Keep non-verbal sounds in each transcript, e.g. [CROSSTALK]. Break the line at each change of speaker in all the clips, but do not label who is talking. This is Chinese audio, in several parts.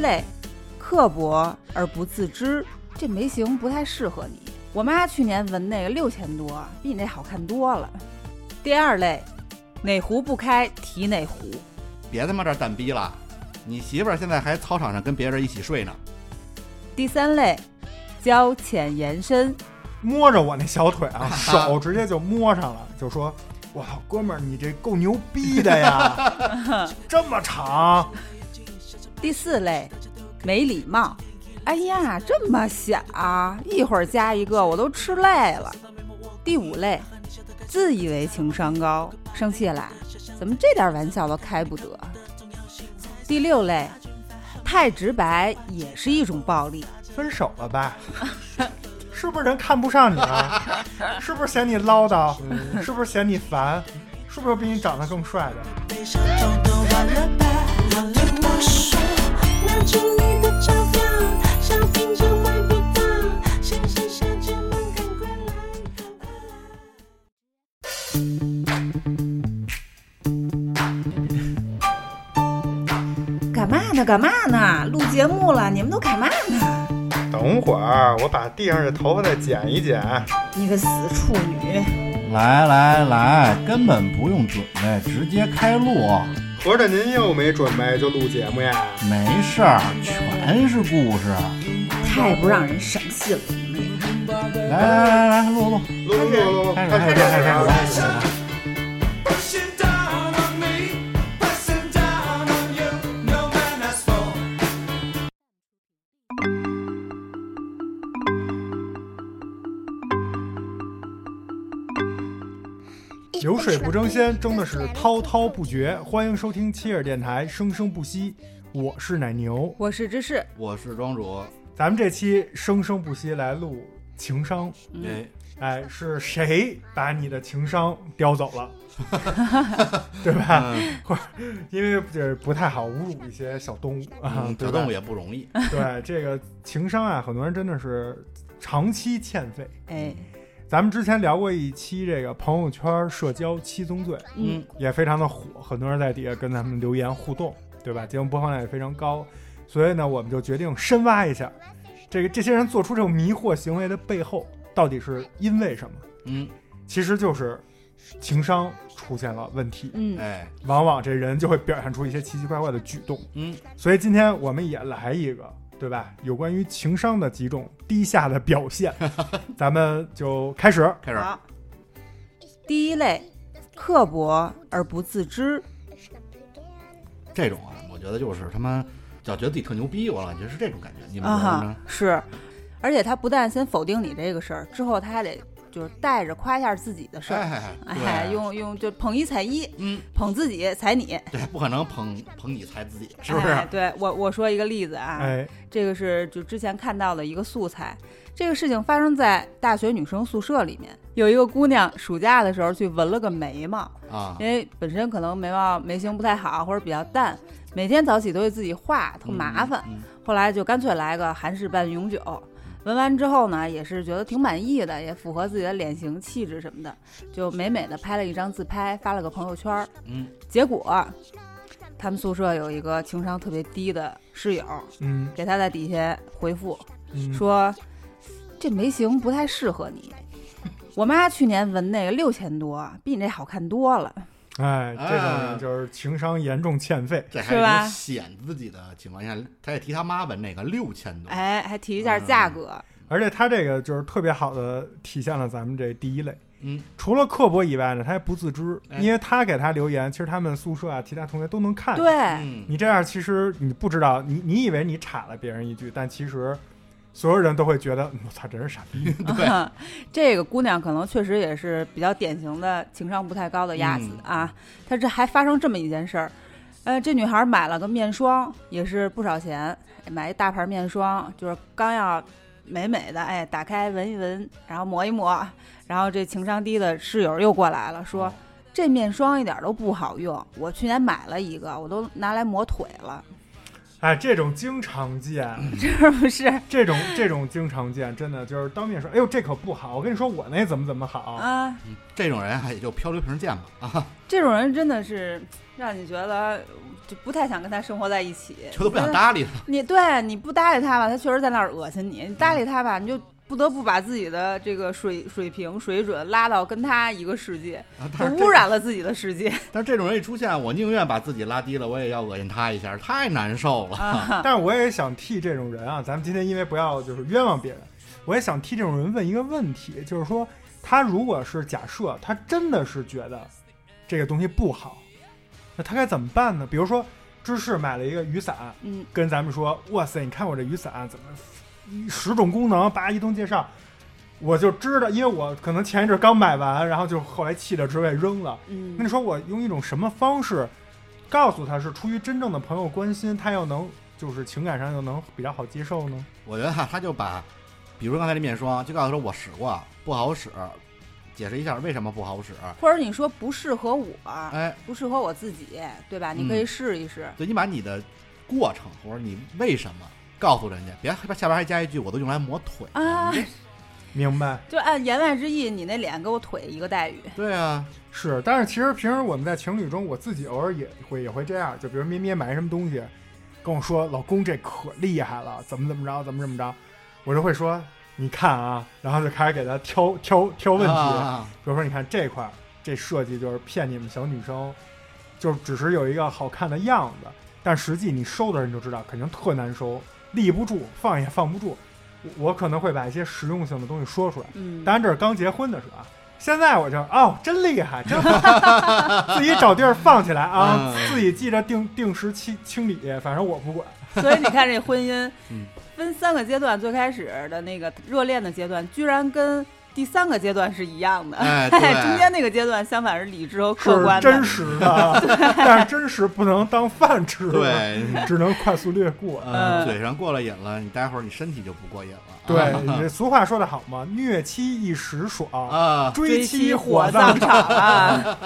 累、刻薄而不自知，这眉形不太适合你。我妈去年纹那个六千多，比你那好看多了。第二类，哪壶不开提哪壶。
别他妈这儿蛋逼了！你媳妇儿现在还操场上跟别人一起睡呢，
第三类，交浅言深。
摸着我那小腿 [LAUGHS] 啊，
啊
手直接就摸上了，就说：“我操，哥们儿，你这够牛逼的呀， [LAUGHS] 这么长。
第四类，没礼貌。哎呀，这么小，一会儿加一个，我都吃累了。第五类，自以为情商高，生气啦，怎么这点玩笑都开不得？第六类，太直白也是一种暴力。”
分手了 [LAUGHS] 吧？是不是人看不上你了？ [LAUGHS] 是不是嫌你唠叨？是不是嫌你烦？是不是比你长得更帅的？
悲伤都都忘了吧，忘了我说，拿出你的钞票，小瓶子买不到，先生小姐们赶快来，赶快来。
干嘛呢？干嘛呢？录节目了，你们都干嘛呢？
等会儿我把地上的头发再剪一剪。
你个死处女！
来来来，根本不用准备，直接开录，
合着您又没准备就录节目呀？
没事儿，全是故事。
太不让人省心了，你们。
来来来来，录录，
录录录录，
开始开始开始开始。
Pushing down on me, pressing down on you, no man has for.
[LAUGHS] 流水不争先，争的是滔滔不绝。欢迎收听切尔电台，生生不息。我是奶牛，
我是芝士，
我是庄主，
咱们这期生生不息来录情商。
哎，
哎，是谁把你的情商叼走了？ [LAUGHS] 对吧？或者因为这不太好侮辱一些小动物啊，
嗯，
对
小
吧
动物？也不容易，
对这个情商啊，很多人真的是长期欠费。
哎，
咱们之前聊过一期这个朋友圈社交七宗罪，
嗯，
也非常的火，很多人在底下跟咱们留言互动，对吧？节目播放量也非常高，所以呢，我们就决定深挖一下，这个这些人做出这种迷惑行为的背后，到底是因为什么？
嗯，
其实就是情商出现了问题，
嗯，
哎，
往往这人就会表现出一些奇奇怪怪的举动。
嗯，
所以今天我们也来一个，对吧？有关于情商的几种低下的表现， [LAUGHS] 咱们就开始。
开始，
好。第一类，刻薄而不自知。
这种啊，我觉得就是他妈老觉得自己特牛逼，我老觉得是这种感觉。你们
啊
觉得
哈
呢？，
是，而且他不但先否定你这个事儿，之后他还得就是带着夸一下自己的事儿，
哎，对
啊哎，用用就捧一踩一，
嗯，
捧自己踩你，
对，不可能捧捧你踩自己，是不是？
哎对我我说一个例子啊，
哎，
这个是就之前看到的一个素材。这个事情发生在大学女生宿舍里面，有一个姑娘暑假的时候去纹了个眉毛，
啊
因，为本身可能眉毛眉形不太好或者比较淡，每天早起都得自己画，特麻烦。
嗯
后来就干脆来个韩式半永久，纹完之后呢，也是觉得挺满意的，也符合自己的脸型、气质什么的，就美美的拍了一张自拍，发了个朋友圈儿。
嗯，
结果他们宿舍有一个情商特别低的室友，
嗯，
给他在底下回复
嗯
说，这眉形不太适合你。 [LAUGHS] 我妈去年纹那个六千多，比你这好看多了。
哎，这种
啊
人就是情商严重欠费。
这
是
还
吧
是显自己的情况下，他也提他妈吧，那个六千多，
哎，还提一下价
嗯
格，
而且他这个就是特别好的体现了咱们这第一类，
嗯，
除了刻薄以外呢，他还不自知，
哎
因为他给他留言，其实他们宿舍啊，其他同学都能看。，
对，
嗯，
你这样其实你不知道，你你以为你插了别人一句，但其实所有人都会觉得，嗯我操，这人傻逼。
[LAUGHS]
嗯对，
这个姑娘可能确实也是比较典型的情商不太高的鸭子
嗯
啊。她这还发生这么一件事儿，呃，这女孩买了个面霜，也是不少钱，买一大盘面霜，就是刚要美美的，哎，打开闻一闻，然后抹一抹，然后这情商低的室友又过来了，
哦
说。这面霜一点都不好用，我去年买了一个，我都拿来抹腿了。
哎，这种经常见，
是不是？
这种这种经常见，真的就是当面说，哎呦这可不好，我跟你说我那怎么怎么
哦
好，
啊，
嗯这种人还也就漂流瓶见吧啊，
这种人真的是让你觉得就不太想跟他生活在一起，
就都不想
嗯
搭理他。
你对你不搭理他吧，他确实在那儿恶心你；你搭理他吧，你就不得不把自己的这个水水平水准拉到跟他一个世 [LAUGHS] 界，
啊
就
但是这
污染了自己的世界
但是这种人一出现，我宁愿把自己拉低了，我也要恶心他一下，太难受了。
啊！
[LAUGHS] 但是我也想替这种人啊，咱们今天因为不要就是冤枉别人，我也想替这种人问一个问题，就是说他如果是假设他真的是觉得这个东西不好，那他该怎么办呢？比如说芝士买了一个雨伞，
嗯，
跟咱们说，哇塞，你看我这雨伞啊怎么十种功能，叭一通介绍，我就知道，因为我可能前一阵刚买完，然后就后来气的直给扔了。那
嗯
你说我用一种什么方式告诉他是出于真正的朋友关心，他又能就是情感上又能比较好接受呢？
我觉得哈，他就把，比如刚才这面霜，就告诉他我使过不好使，解释一下为什么不好使。
或者你说不适合我，
哎，
不适合我自己，对吧？你可以试一试。
对你把你的过程或者你为什么告诉人家，别下边还加一句我都用来磨腿了
啊
你这
明白？
就按言外之意，你那脸给我腿一个待遇。
对啊，
是，但是其实平时我们在情侣中，我自己偶尔也会也会这样，就比如咩咩买什么东西，跟我说老公这可厉害了，怎么怎么着，怎么怎么着，我就会说你看啊，然后就开始给他挑挑挑问题，
啊
比如说你看这块儿这设计就是骗你们小女生，就只是有一个好看的样子，但实际你收的人就知道肯定特难收，立不住，放也放不住。我我可能会把一些实用性的东西说出来。
嗯，
当然这是刚结婚的时候啊。现在我就哦，真厉害，真好， [LAUGHS] 自己找地儿放起来啊，
嗯
自己记着定定时清清理，反正我不管。 [LAUGHS]
所以你看这婚姻
嗯
分三个阶段，最开始的那个热恋的阶段，居然跟第三个阶段是一样的。
[LAUGHS] 哎对
中间那个阶段相反是理智和客
是
观的。
真实的， [LAUGHS] 但是真实不能当饭吃，，
对，
只能快速略过。
嗯，
嗯
嘴上过了瘾了，你待会儿你身体就不过瘾了。
[LAUGHS] 对，你这俗话说得好嘛，虐妻一时爽，
[LAUGHS] 啊，
追
妻
妻
火
葬
葬。场啊，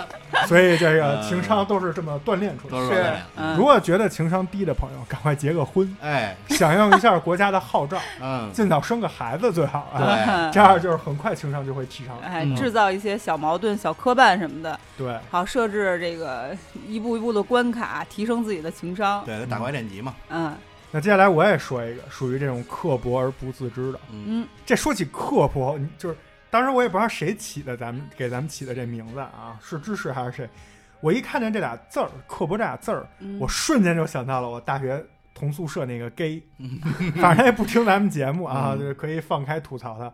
所以这个
[LAUGHS] 嗯
情商 [LAUGHS] 都是这么锻炼出来
都是
的。
我的脸
嗯
如果觉得情商低的朋友，赶快结个婚，
哎，
响应一下国家的号
[LAUGHS]
召，
嗯，
尽早生个孩子最好
[LAUGHS]
啊。
对，
这样就是很快情商就会提上来。
哎
嗯，
制造一些小矛盾、小磕绊什么的，
对，
好设置这个一步一步的关卡，提升自己的情商。
对，打怪练级嘛，
嗯
那接下来我也说一个属于这种刻薄而不自知的。
嗯
嗯，
这说起刻薄，你就是当时我也不知道谁起的，咱们给咱们起的这名字啊，是芝士还是谁？我一看见这俩字儿“刻薄”这俩字儿，
嗯
我瞬间就想到了我大学同宿舍那个 gay，反 [LAUGHS] 正也不听咱们节目啊，
嗯
就是可以放开吐槽他。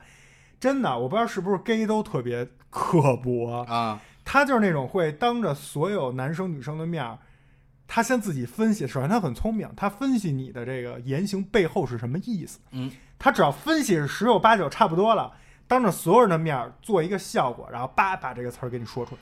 真的，我不知道是不是 gay 都特别刻薄，
啊，
他就是那种会当着所有男生女生的面儿，他先自己分析。首先，他很聪明，他分析你的这个言行背后是什么意思。
嗯，
他只要分析十有八九差不多了，当着所有人的面儿做一个效果，然后叭把这个词儿给你说出来。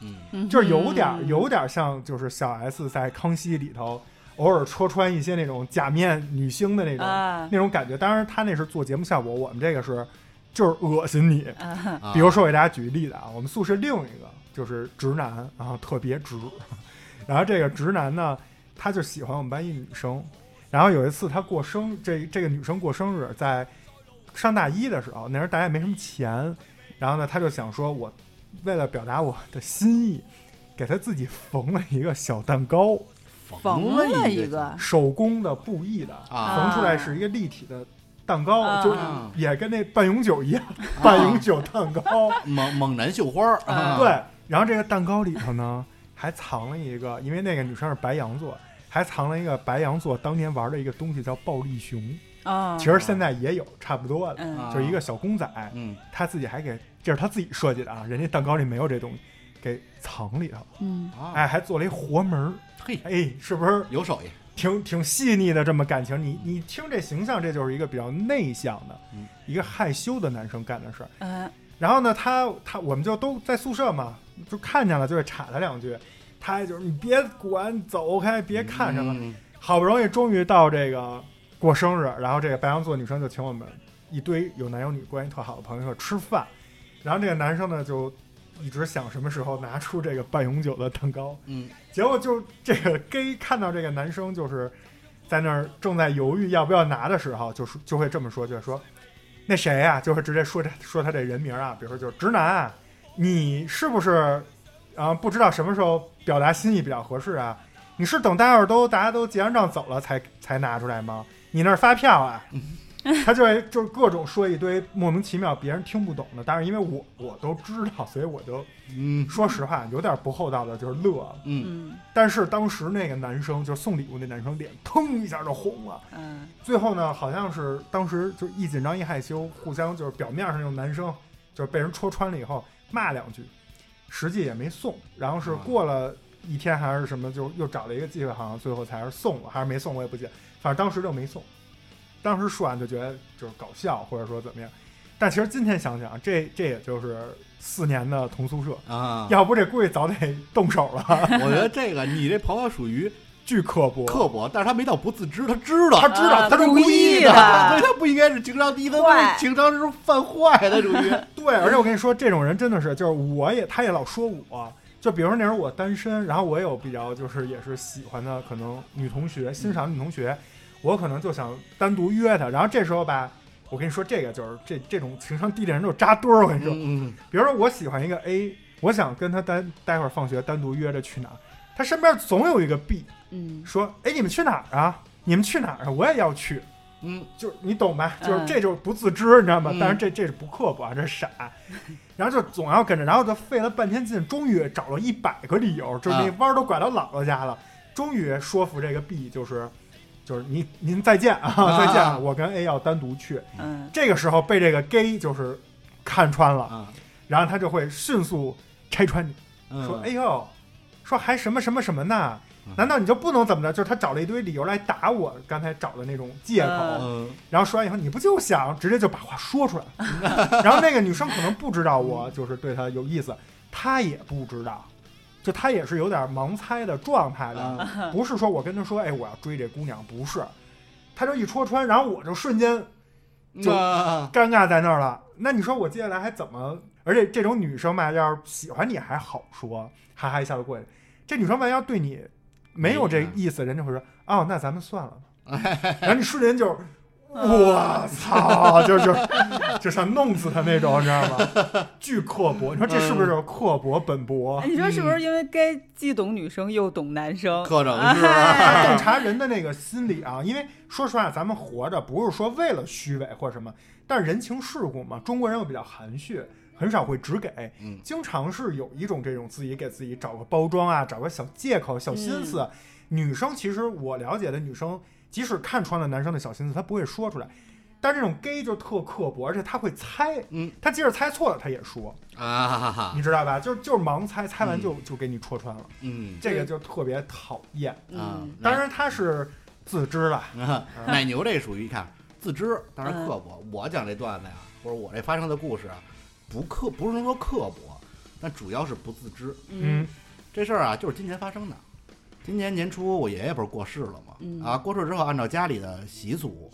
嗯，
嗯
就是有点儿有点儿像就是小 S 在《康熙》里头偶尔戳穿一些那种假面女星的那种、
啊
那种感觉。当然，他那是做节目效果，我们这个是就是恶心你。
啊
啊
比如说，我给大家举个例子啊，我们宿舍另一个就是直男，然后特别直， [LAUGHS] 然后这个直男呢，他就喜欢我们班一女生，然后有一次他过生，这这个女生过生日，在上大一的时候，那时候大家也没什么钱，然后呢，他就想说我为了表达我的心意，给他自己缝了一个小蛋糕，
缝了一个，
手工的布艺的，
啊
缝出来是一个立体的蛋糕，
啊
就
啊
也跟那半永久一样，半永久蛋糕。
猛猛男绣花儿，
嗯
啊
对，然后这个蛋糕里头呢，还藏了一个，因为那个女生是白羊座，还藏了一个白羊座当年玩的一个东西叫暴力熊，
啊，
其实啊现在也有差不多的，
啊
嗯
就是一个小公仔，
嗯，
他自己还给，这是他自己设计的啊，人家蛋糕里没有这东西，给藏里头，
嗯
啊，
哎，还做了一活门儿，
嘿，
哎，是不是
有手艺，
挺挺细腻的这么感情？你你听这形象，这就是一个比较内向的
嗯，
一个害羞的男生干的事儿。
嗯
然后呢，他他我们就都在宿舍嘛，就看见了，就会插他两句。他还就是你别管，走开，别看什么。
嗯
好不容易终于到这个过生日，然后这个白羊座女生就请我们一堆有男有女关系特好的朋友吃饭，然后这个男生呢就一直想什么时候拿出这个半永久的蛋糕，
嗯
结果就这个 gay 看到这个男生就是在那儿正在犹豫要不要拿的时候，就是就会这么说，就会说那谁呀、就会直接说他说他这人名啊，比如说就是直男啊，你是不是啊、不知道什么时候表达心意比较合适啊？你是等待会儿都大家都结完账走了才才拿出来吗？你那儿发票啊？他就会就是各种说一堆莫名其妙别人听不懂的，但是因为我我都知道，所以我就
嗯
说实话有点不厚道的，就是乐了。
嗯，
嗯
但是当时那个男生就是送礼物那男生脸腾一下就红了。
嗯
最后呢，好像是当时就一紧张一害羞，互相就是表面上那种男生就是被人戳穿了以后骂两句，实际也没送。然后是
啊
过了一天还是什么，就又找了一个机会，好像最后才是送了，还是没送我也不记得，反正当时就没送。当时说完就觉得就是搞笑，或者说怎么样。但其实今天想想，这这也就是四年的同宿舍，
嗯
啊，
要不这估计早得动手了， [LAUGHS]
我觉得这个你这朋友属于
巨刻薄。
刻薄，但是他没到不自知，他知道，
他知道
啊
他是
故
意
意的
所以他不应该是情商低，他
坏
是情商是犯坏的，属于
对，而且我跟你说，这种人真的是，就是我也，他也老说我，就比如说那时候我单身，然后我有比较就是也是喜欢的可能女同学，欣赏女同学，我可能就想单独约她，然后这时候吧，我跟你说这个就是这这种情商低的人就扎堆儿，我跟你说，
[LAUGHS] 嗯，
比如说我喜欢一个 A，我想跟他单待会儿放学单独约着去哪儿，他身边总有一个 B
嗯
说，哎，你们去哪儿啊？你们去哪儿啊？我也要去，
[LAUGHS] 嗯
就是你懂吧？
嗯
就是这就是不自知，你知道吗？
嗯
但是这这是不刻薄啊，这是傻。 [LAUGHS] 然后就总要跟着，然后就费了半天劲，终于找了一百个理由，就是那
啊
弯儿都拐到姥姥家了，终于说服这个 B，就是就是您您再见啊，
啊
再见啊，我跟 A 要单独去。
嗯
这个时候被这个 gay 就是看穿
嗯
了，
啊，
然后他就会迅速拆穿你，
嗯
说：“哎呦，说还什么什么什么呢
嗯？
难道你就不能怎么着？”就是他找了一堆理由来打我刚才找的那种借口。
嗯
嗯
然后说完以后，你不就想直接就把话说出来？ [LAUGHS] 然后那个女生可能不知道我就是对她有意思，她也不知道，就她也是有点盲猜的状态的，
啊
不是说我跟她说，哎，我要追这姑娘，不是，她就一戳穿，然后我就瞬间就
啊
尴尬在那儿了。那你说我接下来还怎么？而且这种女生嘛，要是喜欢你还好说，哈哈一笑就过去。这女生万一要对你没有这意思，人家会说哦，那咱们算了吧。然后你瞬间就，我操，就就就想弄死他那种，你知道吗？巨刻薄，你说这是不是就是刻薄本薄
哎？你说是不是因为该既懂女生又懂男生？
嗯可整
啊
是 [LAUGHS]
[LAUGHS]
他洞察人的那个心理啊，因为说实话，咱们活着不是说为了虚伪或者什么，但是人情世故嘛，中国人又比较含蓄，很少会只给，
嗯
经常是有一种这种自己给自己找个包装啊，找个小借口、小心思。
嗯
女生其实我了解的女生，即使看穿了男生的小心思，她不会说出来，但这种 gay 就特刻薄，而且他会猜，
嗯，
他即使猜错了，他也说，
啊嗯哈哈哈
你，知道吧？就就是盲猜，猜完就就给你戳穿了，
嗯
这个就特别讨厌。
啊
嗯，
当然他是自知了，
啊， [LAUGHS] 奶牛这属于一看自知，当然刻薄。我讲这段子呀，或者我这发生的故事啊，不刻不是说刻薄，但主要是不自知。
嗯，
这事儿啊，就是今年发生的。今年年初，我爷爷不是过世了吗？
嗯
啊，过世之后，按照家里的习俗，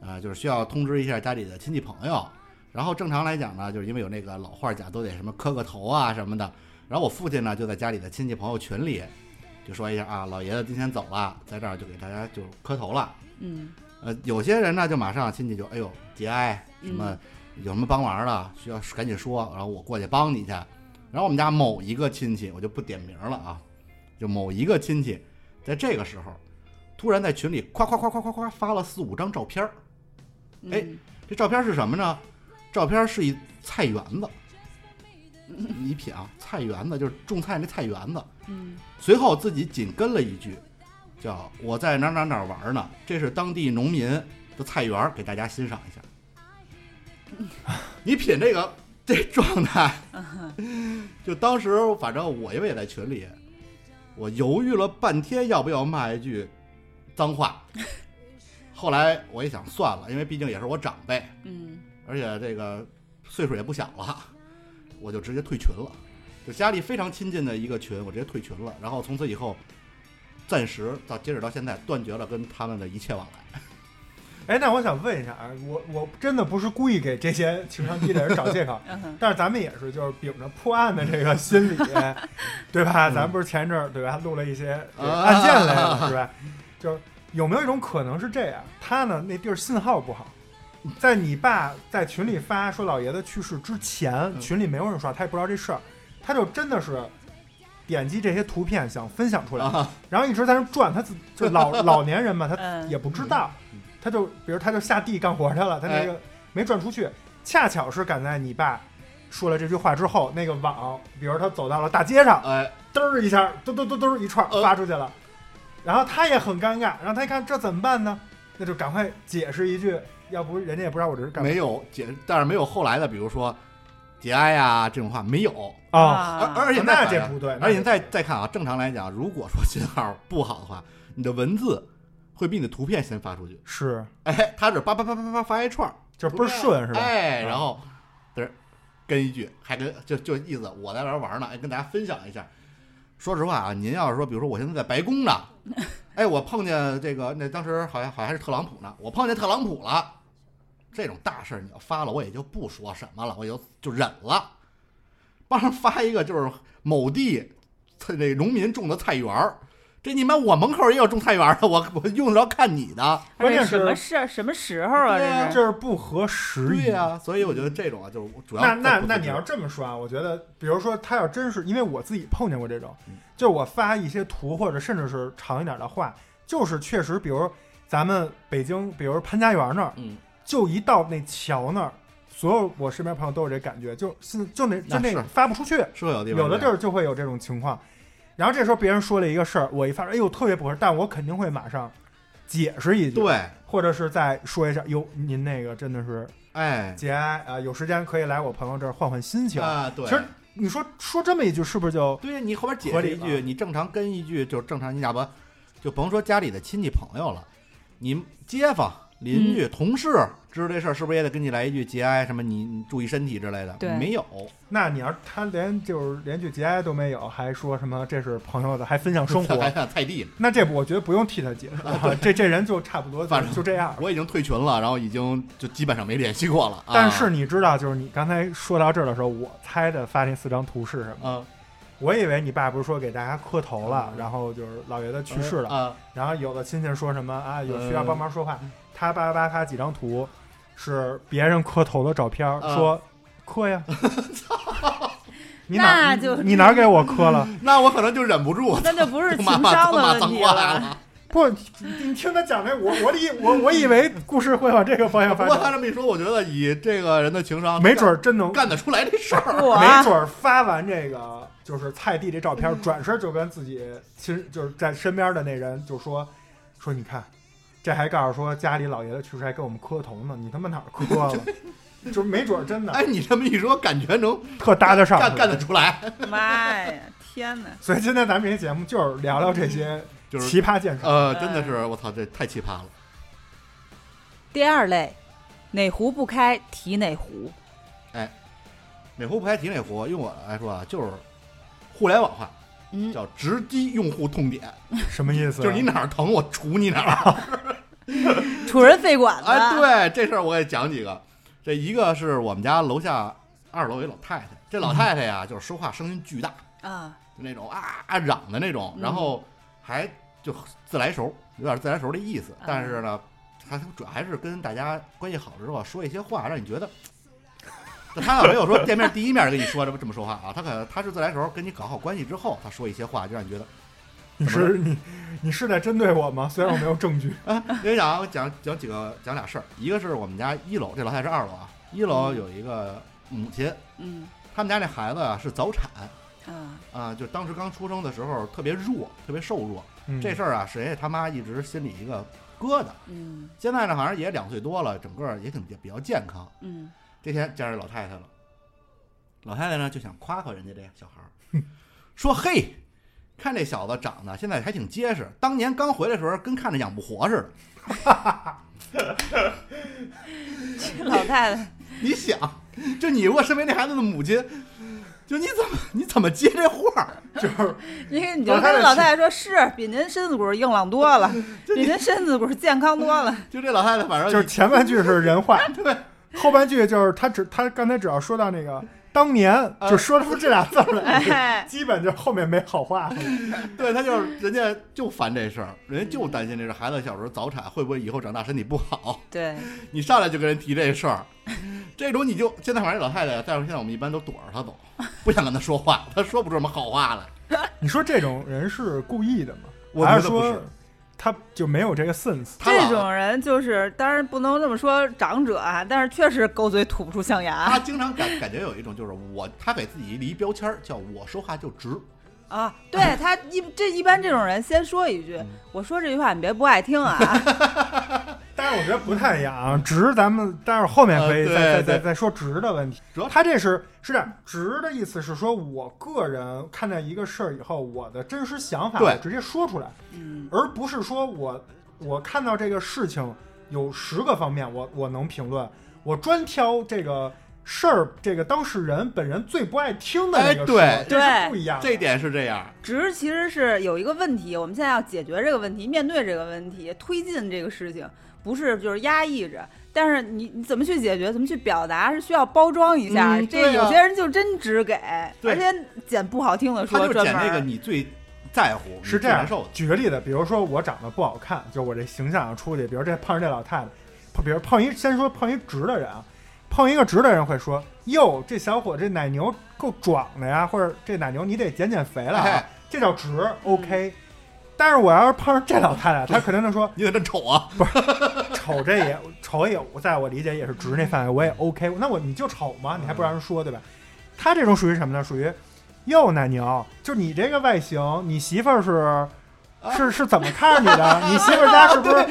呃，就是需要通知一下家里的亲戚朋友。然后正常来讲呢，就是因为有那个老话讲，都得什么磕个头啊什么的。然后我父亲呢，就在家里的亲戚朋友群里就说一下啊，老爷子今天走了，在这儿就给大家就磕头了。
嗯
呃，有些人呢就马上亲戚就哎呦节哀什么，有什么帮忙的需要赶紧说，然后我过去帮你去。然后我们家某一个亲戚，我就不点名了啊，就某一个亲戚，在这个时候突然在群里夸夸夸夸夸夸发了四五张照片儿。
嗯
哎这照片是什么呢？照片是一菜园子，你品啊，菜园子就是种菜那菜园子。
嗯
随后自己紧跟了一句，叫“我在哪儿哪儿哪儿玩呢”，这是当地农民的菜园儿，给大家欣赏一下。你品这个这状态，就当时反正我因为也在群里，我犹豫了半天要不要骂一句脏话，后来我一想算了，因为毕竟也是我长辈，
嗯，
而且这个岁数也不小了，我就直接退群了。就家里非常亲近的一个群，我直接退群了。然后从此以后，暂时到截止到现在，断绝了跟他们的一切往来。
哎，那我想问一下啊，我我真的不是故意给这些情商低的人找借口
嗯哼
但是咱们也是就是秉着破案的这个心理，对吧？
嗯
咱不是前一阵儿对吧，还录了一些这个
啊
案件类的，是吧？就是有没有一种可能是这样？他呢那地儿信号不好，在你爸在群里发说老爷子去世之前，群里没有人刷，他也不知道这事儿，他就真的是点击这些图片想分享出来，
啊
然后一直在那转，他自就老老年人
呃
嘛，他
嗯
也不知道
嗯，
他就比如他就下地干活去了，他那个没转出去，恰巧是赶在你爸说了这句话之后，那个网，比如他走到了大街上，
[LAUGHS] 哎，
嘚儿一下，嘟嘟嘟嘟一串
呃
发出去了，然后他也很尴尬，然后他一看这怎么办呢？那就赶快解释一句，要不人家也不知道我这是干嘛
没有解，但是没有后来的，比如说节哀呀这种话没有，
嗯
啊。
而而且再
那
反
这
着
不对，
而且你再再看啊，正常来讲，如果说信号不好的话，你的文字会比你的图片先发出去。
是
哎，他这叭叭叭叭叭发一串儿，
就倍儿顺是吧？
哎，
啊
然后嘚儿跟一句，还跟就就意思我在玩玩呢，哎，跟大家分享一下。说实话啊，您要是说，比如说我现在在白宫
[LAUGHS]
呢，哎，我碰见这个那当时好像好像还是特朗普呢，我碰见特朗普了，这种大事儿你要发了，我也就不说什么了，我就就忍了。帮人发一个就是某地菜那农民种的菜园儿，这你妈我门口也有种菜园儿的，我我用得着看你的？
关键
而且什
是
么事？什么时候啊？
对啊
这是
这是不合时宜。
对呀、所以我觉得这种啊，就是我主要
那
在
那
不
那
自
你
知
要这么说啊，我觉得，比如说他要真是，因为我自己碰见过这种
嗯，
就是我发一些图或者甚至是长一点的话，就是确实，比如咱们北京，比如潘家园那儿，
嗯，
就一到那桥那儿，所有我身边朋友都有这感觉，就是就那就
那是
那发不出去，
是会有地方
有的地
儿
儿就会有这种情况。然后这时候别人说了一个事儿，我一发现，哎呦特别不合适，但我肯定会马上解释一句，
对，
或者是再说一下，哟您那个真的是
哎
节哀啊，有时间可以来我朋友这儿换换心情。
啊，对，
其实你说说这么一句，是不是就
对呀，你后边解
合
释
理啊
一句，
了
你正常跟一句，就正常，你咋不就甭说家里的亲戚朋友了，你街坊
嗯
邻居、同事知道这事儿，是不是也得跟你来一句节哀什么你？你注意身体之类的，
对
没有，
那你要是他连就是连句节哀都没有，还说什么这是朋友的，还分享生
[LAUGHS] 还
活，
想菜地呢。
那这我觉得不用替他解释了，这这人就差不多就
反正啊
就这样了。
我已经退群了，然后已经就基本上没联系过了。啊
但是，你知道，就是你刚才说到这儿的时候，我猜的发那四张图是什么？
嗯，
我以为你爸不是说给大家磕头了，然后就是老爷子去世了，
啊，
然后有的亲戚说什么啊，有需要帮忙说话，他叭叭叭发几张图，是别人磕头的照片，
嗯
说磕 [LAUGHS] 呀，你哪
那就
你哪儿给我磕了？
那我可能就忍不住，
那就不是
就
情
[LAUGHS] 骂骂
商的
骂
问
脏
题
话来
了。 [LAUGHS]
了。
[LAUGHS] 不，你听他讲这，我我以我我以为故事会往这个方向
不
发
过他
展，
这么一说，我觉得以这个人的情商，
没准儿真能
干干得出来这事儿。
我
没
啊
准儿发完这个就是菜地这照
嗯
片，转身就跟自己亲就是在身边的那人就说说你看，这还告诉说家里老爷子去世还给我们磕头呢，你他妈哪儿磕
[LAUGHS]
了？就是没准儿真的
哎，你这么一说，感觉能
特搭得上
干干得出来， [LAUGHS]
妈呀！天哪！
所以今天咱们这节目就是聊聊这些
就是
奇葩健身，
呃，真的是我操，这太奇葩了。
第二类，哪壶不开提哪壶。
哪壶不开提哪壶，用我来说啊，就是互联网化，
嗯，
叫直击用户痛点，
什么意思啊？
就是你哪儿疼我杵你哪儿。
楚人肺管子。
哎，对，这事儿我也讲几个。这一个是我们家楼下二楼有一老太太，这老太太呀，就是说话声音巨大，
啊，
就那种啊啊嚷的那种，然后还就自来熟，有点自来熟的意思。但是呢，他主要还是跟大家关系好之后啊说一些话，让你觉得。他可没有说见面第一面跟你说这么这么说话啊，他可他是自来熟，跟你搞好关系之后，他说一些话就让你觉得
你是你你是在针对我吗？虽然我没有证
[LAUGHS]
据，
啊，跟你讲啊，我讲讲几个讲俩事儿，一个是我们家一楼，这老太太是二楼啊，一楼有一个母亲，
嗯
他们家那孩子啊是早产
啊，
啊，就当时刚出生的时候特别弱，特别瘦弱，
嗯
这事儿啊是人家他妈一直心里一个疙瘩，
嗯
现在呢好像也两岁多了，整个也挺比较健康。
嗯
这天见着老太太了，老太太呢就想夸夸人家这小孩儿， [LAUGHS] 说嘿，看这小子长得现在还挺结实，当年刚回来的时候跟看着养不活似的。
这嗯老太太，
你想，就你如果身为那孩子的母亲，就你怎么你怎么接这话儿？
就是
你你就跟老太太说，是比您身子骨硬朗多 [LAUGHS] 了，比您身子骨健康多 [LAUGHS] 了。
[LAUGHS] 就这老太太，反正
就是前半句是人话，
[LAUGHS] 对
后半句就是他只他刚才只要说到那个当年
呃
就说出这俩字儿来，
哎，
基本就后面没好话了。
对他就是人家就烦这事儿，人家就担心这事儿，孩子小时候早产会不会以后长大身体不好？
对，
你上来就跟人提这事儿，这种你就现在反正老太太，但是现在我们一般都躲着她走，不想跟她说话，她说不出什么好话来。
[LAUGHS] 你说这种人是故意的吗？
我觉
还是
得不
说
是，
他就没有这个 sense？
她
这
老
种人就是，当然不能这么说长者啊，但是确实狗嘴吐不出象牙
她经常感感觉有一种就是我，她给自己立一标签儿，叫我说话就直。
啊。对他一这一般这种人，先说一句
嗯，
我说这句话你别不爱听 [LAUGHS] 啊。
但是我觉得不太一样啊， [LAUGHS] 直咱们待会儿后面可以
呃
再、
对
再再
对
再说直的问题。
主要
他这是是这样，直的意思是说我个人看待一个事儿以后，我的真实想法
对
我直接说出来，
嗯，
而不是说我我看到这个事情有十个方面我我能评论，我专挑这个事儿这个当事人本人最不爱听的那个说，
哎
这是
对
不一样的。
这一点是这样，
直其实是有一个问题，我们现在要解决这个问题，面对这个问题，推进这个事情，不是就是压抑着，但是你你怎么去解决，怎么去表达，是需要包装一下。
嗯
这
对啊
有些人就真直给，
对
而且捡不好听的
她
说，
就
专
捡那个
门
你最在乎、
是
你
这
最
样
难受的。
举个例子，比如说我长得不好看，就我这形象出去，比如这碰上这老太太，碰比如碰一先说碰一直的人啊，碰一个直的人会说，哟，这小伙这奶牛够壮的呀，或者这奶牛你得减减肥了啊
哎，
这叫直，OK。但是我要是碰上这老太太，她肯定就说
你怎么这么丑啊？
丑这也丑也，在我理解也是直那范围，我也 OK。那我你就丑嘛，你还不让人说对吧？他这种属于什么呢？属于又奶牛，就是你这个外形，你媳妇儿是。是是怎么看你的？你媳妇儿家是不是，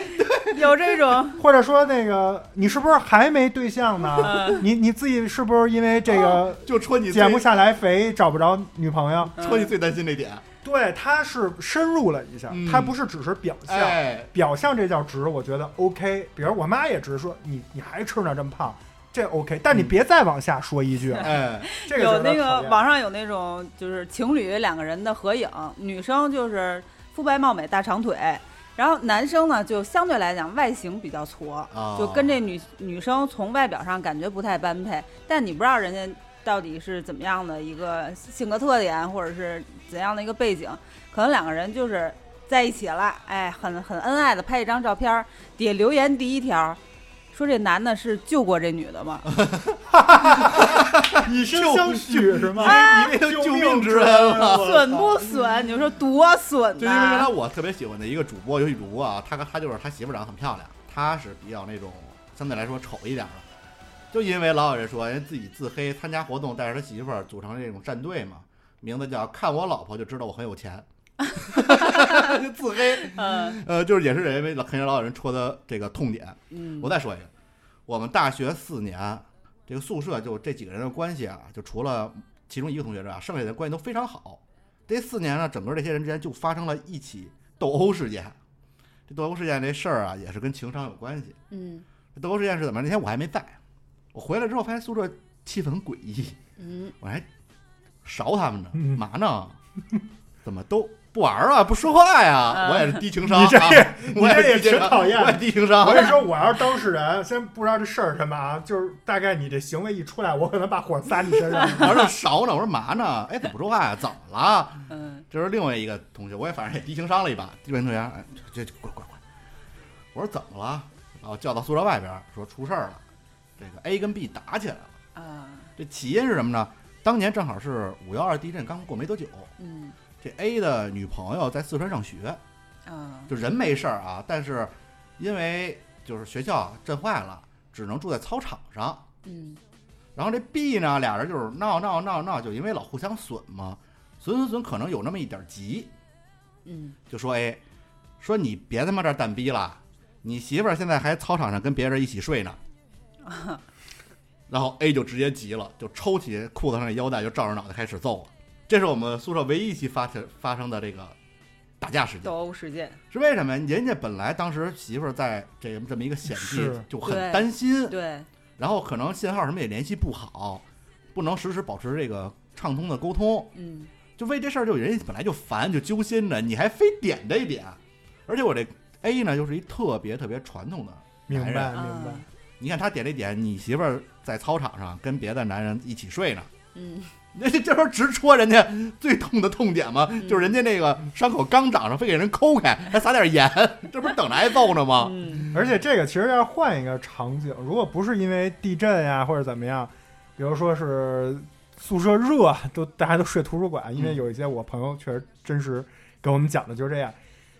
有这
[LAUGHS]
种，
或者说那个你是不是还没对象呢？
嗯，
你你自己是不是因为这个
就戳你最
减不下来肥，找不着女朋友？
戳你最担心这点。
对，他是深入了一下，
嗯
他不是只是表象，
哎，
表象这叫直，我觉得 OK。比如我妈也直说你你还吃呢这么胖，这 OK。但你别再往下说一
[LAUGHS]
句，啊，
哎，
这个
嗯有
就
那
点讨
个
厌
网上有那种就是情侣两个人的合影，女生就是肤白貌美大长腿，然后男生呢就相对来讲外形比较矬，
啊
就跟这女女生从外表上感觉不太般配，但你不知道人家到底是怎么样的一个性格特点，或者是怎样的一个背景，可能两个人就是在一起了，哎，很很恩爱的拍一张照片儿，底下留言第一条。说这男的是救过这女的吗？
以身相许是吗？
哎啊
你那个救命之恩啊了。
损不损？你就说多损
就因为原来
呐！
我特别喜欢的一个主播，游戏主播啊，他他就是他媳妇儿长得很漂亮，他是比较那种相对来说丑一点的，就因为老有人说人自己自黑，参加活动带着他媳妇儿组成这种战队嘛，名字叫看我老婆就知道我很有钱， [LAUGHS] 就自黑，
嗯
呃，就是也是因为很有老有人戳他这个痛点。
嗯
我再说一个，我们大学四年，这个宿舍就这几个人的关系啊，就除了其中一个同学之外，剩下的关系都非常好。这四年呢，整个这些人之间就发生了一起斗殴事件。这斗殴事件这事儿啊，也是跟情商有关系。
嗯
这斗殴事件是怎么着？那天我还没在，我回来之后发现宿舍气氛很诡异，
嗯，
我还勺他们呢，
嗯
嘛呢？怎么都不玩儿啊，不说话呀、
嗯
我也是低情商、啊，
你这也
我
你这也
是低情
挺
商
讨厌的
我也低情商。
[LAUGHS] 我跟你说，我要是当事人，先不知道这事儿是什么啊，就是大概你这行为一出来，我可能把火撒你
[LAUGHS]
[LAUGHS]
身上。
我说勺呢，我说嘛呢？哎，怎么不说话呀、怎么了？
嗯，
这是另外一个同学，我也反正也低情商了一把。低情同学，哎，这这滚滚滚！我说怎么了？把我叫到宿舍外边儿，说出事儿了。这个 A 跟 B 打起来了。
啊
这起因是什么呢？当年正好是五幺二地震刚过没多久，
嗯
这 A 的女朋友在四川上学，
啊
就人没事儿啊，但是因为就是学校震坏了，只能住在操场上。
嗯
然后这 B 呢，俩人就是闹闹闹闹，就因为老互相损嘛，损损损，可能有那么一点急，
嗯
就说哎，说你别他妈这儿蛋逼了，你媳妇儿现在还操场上跟别人一起睡呢。然后 A 就直接急了，就抽起裤子上的腰带，就照着脑袋开始揍了。这是我们宿舍唯一一起发生发生的这个打架事件
斗，殴事件，
是为什么呀？人家本来当时媳妇儿在这个这么一个险地
是，
就很
对
担心，
对，
然后可能信号什么也联系不好，不能实时保持这个畅通的沟通，
嗯
就为这事儿就人家本来就烦就揪心着，你还非点这一点，而且我这 A 呢又是一特别特别传统的，
明白，
男
明白
啊。
你看他点这点，你媳妇儿在操场上跟别的男人一起睡呢，
嗯，
人家这不是直戳人家最痛的痛点吗？就是人家那个伤口刚长上，非给人抠开，还撒点盐，这不是等着挨揍呢吗？
嗯，
而且这个其实要换一个场景，如果不是因为地震呀、或者怎么样，比如说是宿舍热，都大家都睡图书馆，因为
嗯
有一些我朋友确实真实给我们讲的就是这样，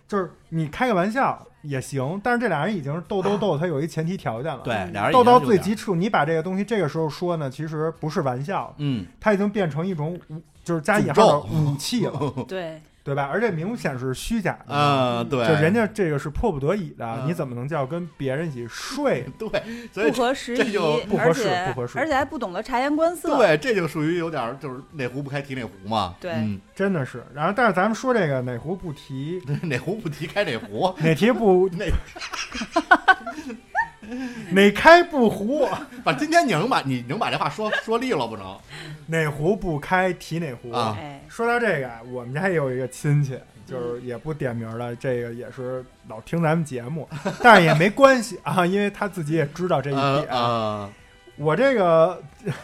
就是你开个玩笑也行，但是这俩人已经是斗
[CLEARS THROAT]
斗斗，他有一前提条件了，，
对，俩人
斗到
已经是有
最
点，
极处，你把这个东西这个时候说呢，其实不是玩笑，
嗯，
它已经变成一种武就是加引
诅
号
咒
的武器
[LAUGHS]
了，
对，
对吧？而且明显是虚假的。
呃，对，
就人家这个是迫不得已的，
嗯
你怎么能叫跟别人一起睡？
对，所以
不合时
这
宜
就，
不合
而
适
且
不合适
而且还不懂得察言观色。
对，这就属于有点儿就是哪壶不开提哪壶嘛。
对
嗯， [LAUGHS]
真的是。然后，但是咱们说这个哪壶不提
哪壶不提开哪壶，
哪提不
哪
[LAUGHS] 哪开不胡，
把今天你能把你能把这话说说利落不能？
哪壶不开提哪壶
啊
哎，
说到这个啊，我们家也有一个亲戚，就是也不点名了，这个也是老听咱们节目， [LAUGHS] 但是也没关系啊，因为他自己也知道这一
呃
点。
呃，
我这个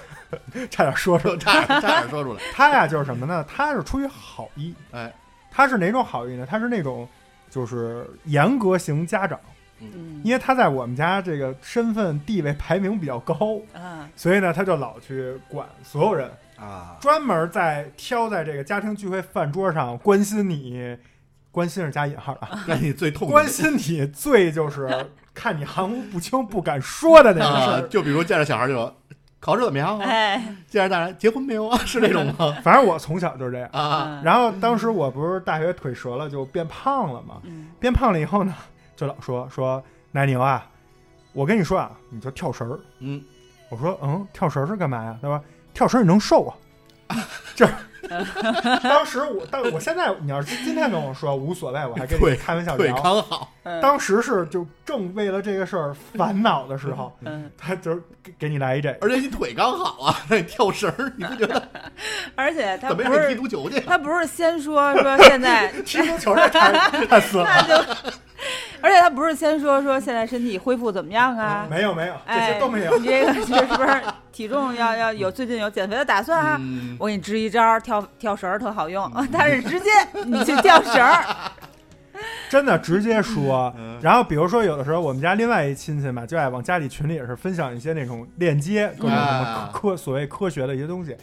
[LAUGHS] 差点说出来，
就呃 [LAUGHS] 差点差点说出来。
他呀就是什么呢？他是出于好意，
哎，
他是哪种好意呢？他是那种就是严格型家长，
嗯
啊因为他在我们家这个身份地位排名比较高，
啊，
所以呢他就老去管所有人，
啊，
专门在挑在这个家庭聚会饭桌上关心你，关心是加引号的
[LAUGHS]
啊，
那你最痛苦
关心你最就是看你含糊不清不敢说的那个事
啊
儿，。
就比如见着小孩就说考试怎么样
哦
啊？
哎，
见着大人结婚没有啊？ [LAUGHS] 是这种吗？
反正我从小就是这样。
啊，
嗯
然后当时我不是大学腿折了就变胖了嘛，
嗯
变胖了以后呢，就老说说奶牛啊，我跟你说啊，你就跳绳儿。
嗯，
我说嗯，跳绳儿是干嘛呀？他说跳绳儿你能瘦啊，
[LAUGHS]
就是。 [LAUGHS] 当时我，但我现在你要是今天跟我说无所谓，我还跟你
对
开玩笑
对，
聊。
刚好，
嗯
当时是就正为了这个事儿烦恼的
[LAUGHS]
时候，
嗯，
他就是给给你来一这个，
而且你腿刚好啊，让你跳绳儿，你不觉得
而且他
怎么
不
让你踢
是
足球去？
他不是先说说现在，
[LAUGHS] 踢足球这 [LAUGHS] 太太次
[LAUGHS]
了。
那就，而且他不是先说说现在身体恢复怎么样啊？
哦没有没有，这
哎，
些都没有。
你这个是不是体重要要有最近有减肥的打算啊？
[LAUGHS]
嗯，
我给你支一招儿，跳跳绳儿特好用，
嗯
但是直接你去跳绳
[LAUGHS]
儿，
真的直接说
[LAUGHS] 嗯。
然后比如说有的时候我们家另外一亲戚嘛，就爱往家里群里也是分享一些那种链接，各种什么
啊
科科所谓科学的一些东西。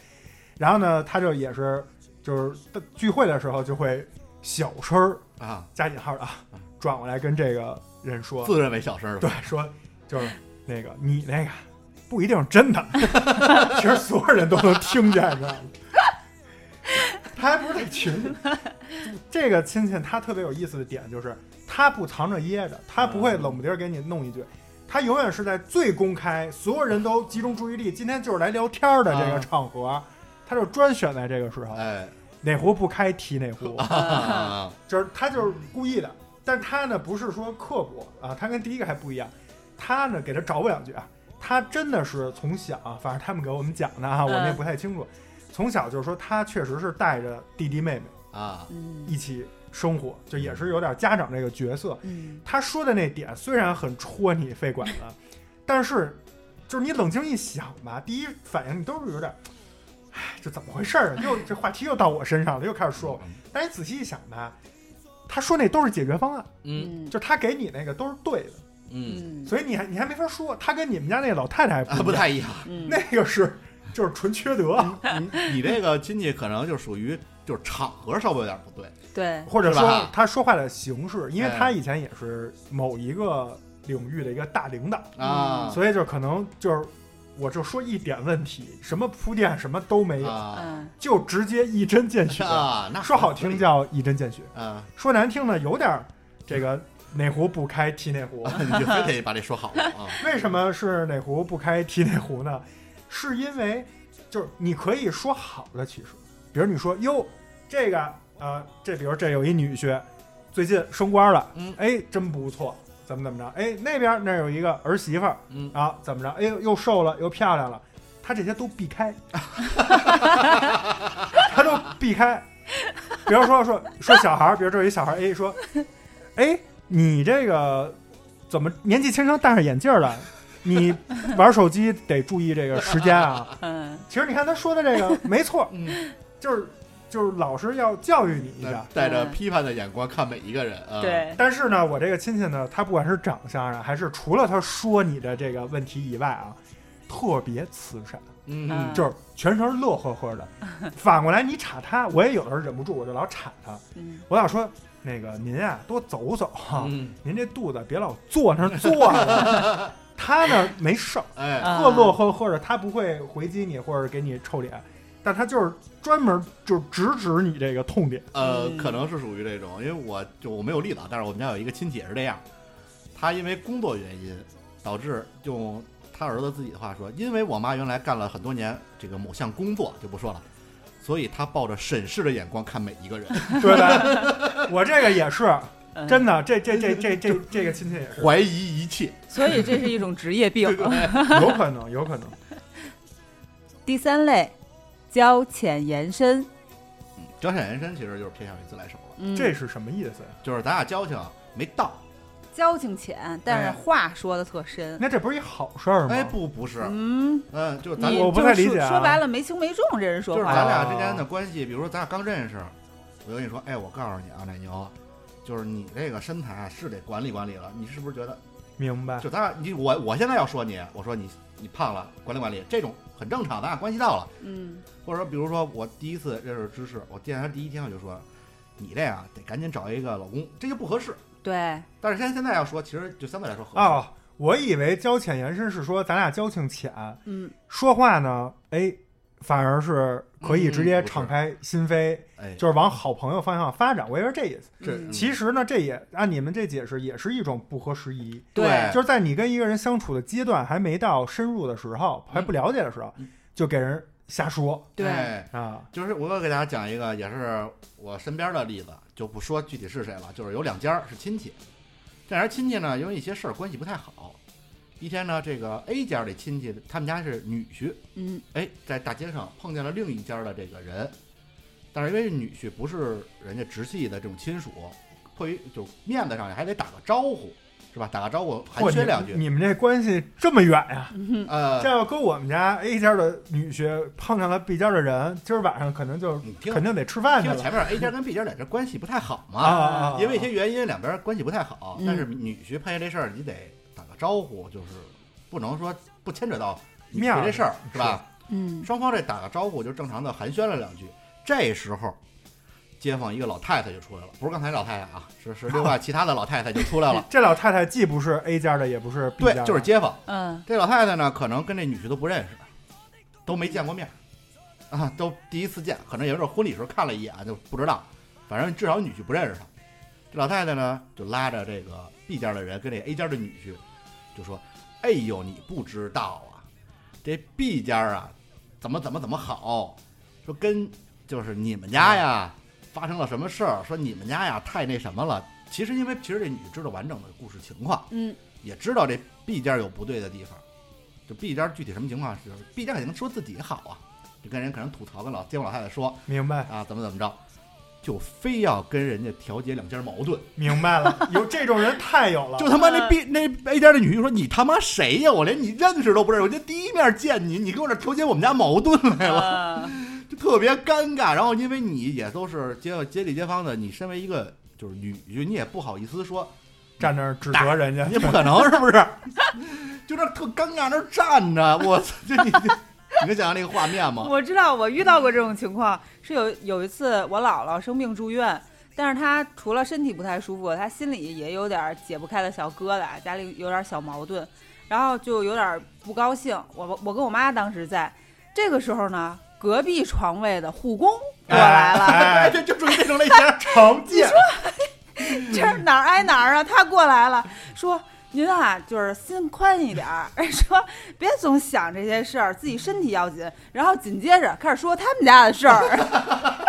然后呢，他就也是就是聚会的时候就会小声儿
啊，
加引号的啊，转过来跟这个人说，
自认为小声儿吧
对，说就是那个你那个不一定是真的，其实所有人都能听见，你知道吗？他还不是在群里。这个亲戚他特别有意思的点就是，他不藏着掖着，他不会冷不丁儿给你弄一句，他永远是在最公开，所有人都集中注意力，今天就是来聊天儿的这个
啊
场合，他就专选在这个时候，
哎，
哪壶不开提哪壶。
嗯
[LAUGHS] 啊
就是他就是故意的，但他呢不是说刻薄啊，他跟第一个还不一样，他呢给他找我两句啊，他真的是从小，啊反正他们给我们讲的啊，我们也不太清楚，从小就是说他确实是带着弟弟妹妹
啊，
嗯
一起生活，就也是有点家长这个角色。
嗯
他说的那点虽然很戳你肺管子，但是就是你冷静一想吧，第一反应你都是有点，哎，这怎么回事儿啊？又这话题又到我身上了，又开始说我。但你仔细一想吧，他说那都是解决方案，
嗯
嗯
就是他给你那个都是对的，
嗯
嗯
所以你还你还没法说，他跟你们家那老太太
[LAUGHS]
还
啊，
不
不
一样
太一样。
嗯
那个是就是纯缺德，
嗯你你这个亲戚可能就属于就是场合稍微有点不对，
对
或者
是
说
吧
他说话的形式，因为
哎
他以前也是某一个领域的一个大领导，
啊，
所以就可能就是我就说一点问题，什么铺垫什么都没有，
啊
嗯
就直接一针见血。
啊，那
说好听
叫
叫一针见血，
啊，
说难听呢有点儿这个哪壶不开提哪壶。
[LAUGHS] 你就非得把这说好了啊，
为什么是哪壶不开提哪壶呢？是因为就是你可以说好了，其实，比如你说哟，这个呃，这比如这有一女婿，最近升官了，
嗯
哎，真不错，怎么怎么着，哎，那边那儿有一个儿媳妇儿
嗯
啊，怎么着，哎呦，又瘦了又漂亮了，他这些都
[LAUGHS]
避开，他都避开。比如说说说小孩儿，比如这有一小孩儿，哎，说， [LAUGHS] 哎，你这个怎么年纪轻轻戴上眼镜儿了？你玩手机得注意这个时间啊。
嗯，
[LAUGHS] 其实你看他说的这个 [LAUGHS] 没错，
嗯，
就是就是老师要教育你一下。
带着批判的眼光看每一个人啊。，
对，
但是呢，我这个亲戚呢，他不管是长相啊，还是除了他说你的这个问题以外啊，特别慈善，
嗯，
就是全程乐呵呵 [LAUGHS] 的。反过来你插他，我也有的时候忍不住，我就老插他，
嗯
我老说那个您啊多走走哈、
嗯，
您这肚子别老坐那儿坐着。他呢没事儿，
哎，
啊
乐乐呵呵的，他不会回击你或者给你臭脸，但他就是专门就是直指你这个痛
[LAUGHS]
点。
呃，
嗯
可能是属于这种，因为我就我没有例子啊，但是我们家有一个亲戚也是这样，他因为工作原因导致用他儿子自己的话说，因为我妈原来干了很多年这个某项工作就不说了，所以他抱着审视的眼光看每
[LAUGHS]
一个人，
对的， [LAUGHS] 我这个也是
嗯
真的，这这这
[LAUGHS]
这这这个亲戚也是，
怀疑一切。嗯
所以这是一种职业病。
[LAUGHS]
有可能，有可能。
第三类，交浅言深，
交浅言深其实就是偏向于自来熟了，
嗯，
这是什么意思呀？
就是咱俩交情没到，
交情浅，但
哎
是话说的特深。
那这不是一好事儿吗？
哎，不不是，
嗯，
嗯，就是咱
你
俩
我不
就
太
是
理解啊
说白了没轻没重，这啊人
就
说
是
话。
咱俩之间的关系，比如说咱俩刚认识，我就跟你说，哎，我告诉你啊，奶牛。就是你这个身材啊是得管理管理了，你是不是觉得
明白。
就咱俩你我我现在要说你，我说你你胖了，管理管理，这种很正常，咱俩关系到了。
嗯，
或者说，比如说我第一次认识芝士，我见他第一天我就说，你这样得赶紧找一个老公，这就不合适。
对，
但是现在现在要说，其实就相对来说合适。
哦，我以为交浅言深是说咱俩交情浅，
嗯，
说话呢，哎，反而是可以直接
嗯不是
敞开心扉，
哎，
就是往好朋友方向发展。我以为是这意思。
这
嗯
其实呢，这也按你们这解释，也是一种不合时宜，
对哎
就是在你跟一个人相处的阶段还没到深入的时候，还不了解的时候
嗯，
就给人瞎说
对，
哎
啊。
就是我给大家讲一个，也是我身边的例子，就不说具体是谁了。就是有两家儿是亲戚，这俩人亲戚呢，因为一些事儿关系不太好。一天呢，这个 A 家的亲戚，他们家是女婿，
嗯
哎，在大街上碰见了另一家的这个人，但是因为女婿不是人家直系的这种亲属，迫于就面子上还得打个招呼，是吧？打个招呼寒
嚯
暄两句
你，你们这关系这么远呀、
呃
这，要搁我们家 A 家的女婿碰上了 B 家的人，今儿晚上可能就
你听
肯定得吃饭去
听
了
前面 A 家跟 B 家俩这关系不太好嘛，
啊啊啊！啊
因为一些原因，两边关系不太好。
嗯
但是女婿碰见这事儿，你得打个招呼，就是不能说不牵扯到女
面
婿
儿
这事儿，是吧？
嗯
双方这打个招呼就正常的寒暄了两句。这时候，街坊一个老太太就出来了，不是刚才老太太啊，是是另外
[LAUGHS]
其他的老太太就出来了。
这老太太既不是 A 家的，也不是 B
对
家的，，
就是街坊。
嗯
这老太太呢，可能跟这女婿都不认识，都没见过面儿，啊，都第一次见，可能也是婚礼时候看了一眼啊就不知道，反正至少女婿不认识她。这老太太呢，就拉着这个 B 家的人跟这 A 家的女婿，就说：“哎呦，你不知道啊，这 B 家啊，怎么怎么怎么好，说跟就是你们家呀发生了什么事儿，说你们家呀太那什么了。其实因为其实这女婿知道完整的故事情况， [LAUGHS]
嗯
也知道这 B 家有不对的地方，就 B 家具体什么情况是 B 家肯定说自己好啊，就跟人可能吐槽，跟老街坊老太太说
明白
啊怎么怎么着，就非要跟人家调解两家矛盾，
明白了，
[LAUGHS]
有这种人太有了，
就他妈那 B 那 A 家的女婿说你他妈谁呀、我连你认识都不认识，我这第一面见你，你跟我这调解我们家矛盾来了，
嗯
就特别尴尬。然后因为你也都是街街里街坊的，你身为一个就是女婿，你也不好意思说
站那儿指责人家 [LAUGHS]
你，不可能是不是？ [LAUGHS] 就那特尴尬那儿站着，我操！这你这你能想象那个画面吗？
我知道，我遇到过这种情况，是有有一次我姥姥生病住院，但是她除了身体不太舒服，她心里也有点解不开的小疙瘩，家里有点小矛盾，然后就有点不高兴。我我跟我妈当时在，这个时候呢，隔壁床位的护工过来了，
[LAUGHS] 哎，
哎，
这就属于这种
[LAUGHS]
类 [LAUGHS] 型。
常见，
这儿哪儿挨哪儿啊？他过来了，说您啊，就是心宽一点儿， [LAUGHS] 说别总想这些事儿，自己身体要紧。然后紧接着开始说他们家的事儿， [LAUGHS]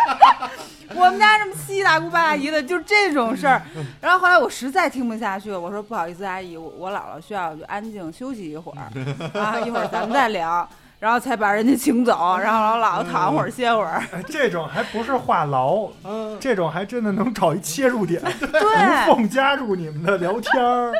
我们家什么七大姑八大姨的，就这种事儿。然后后来我实在听不下去了，我说不好意思，阿姨，我我姥姥需要就安静休息一会儿啊，一会儿咱们再聊。然后才把人家请走，然后老老躺会儿歇会儿。 [LAUGHS]
哎这种还不是话痨，
嗯，
这种还真的能找一切入点， [LAUGHS] 无
对，
缝加入你们的聊天儿。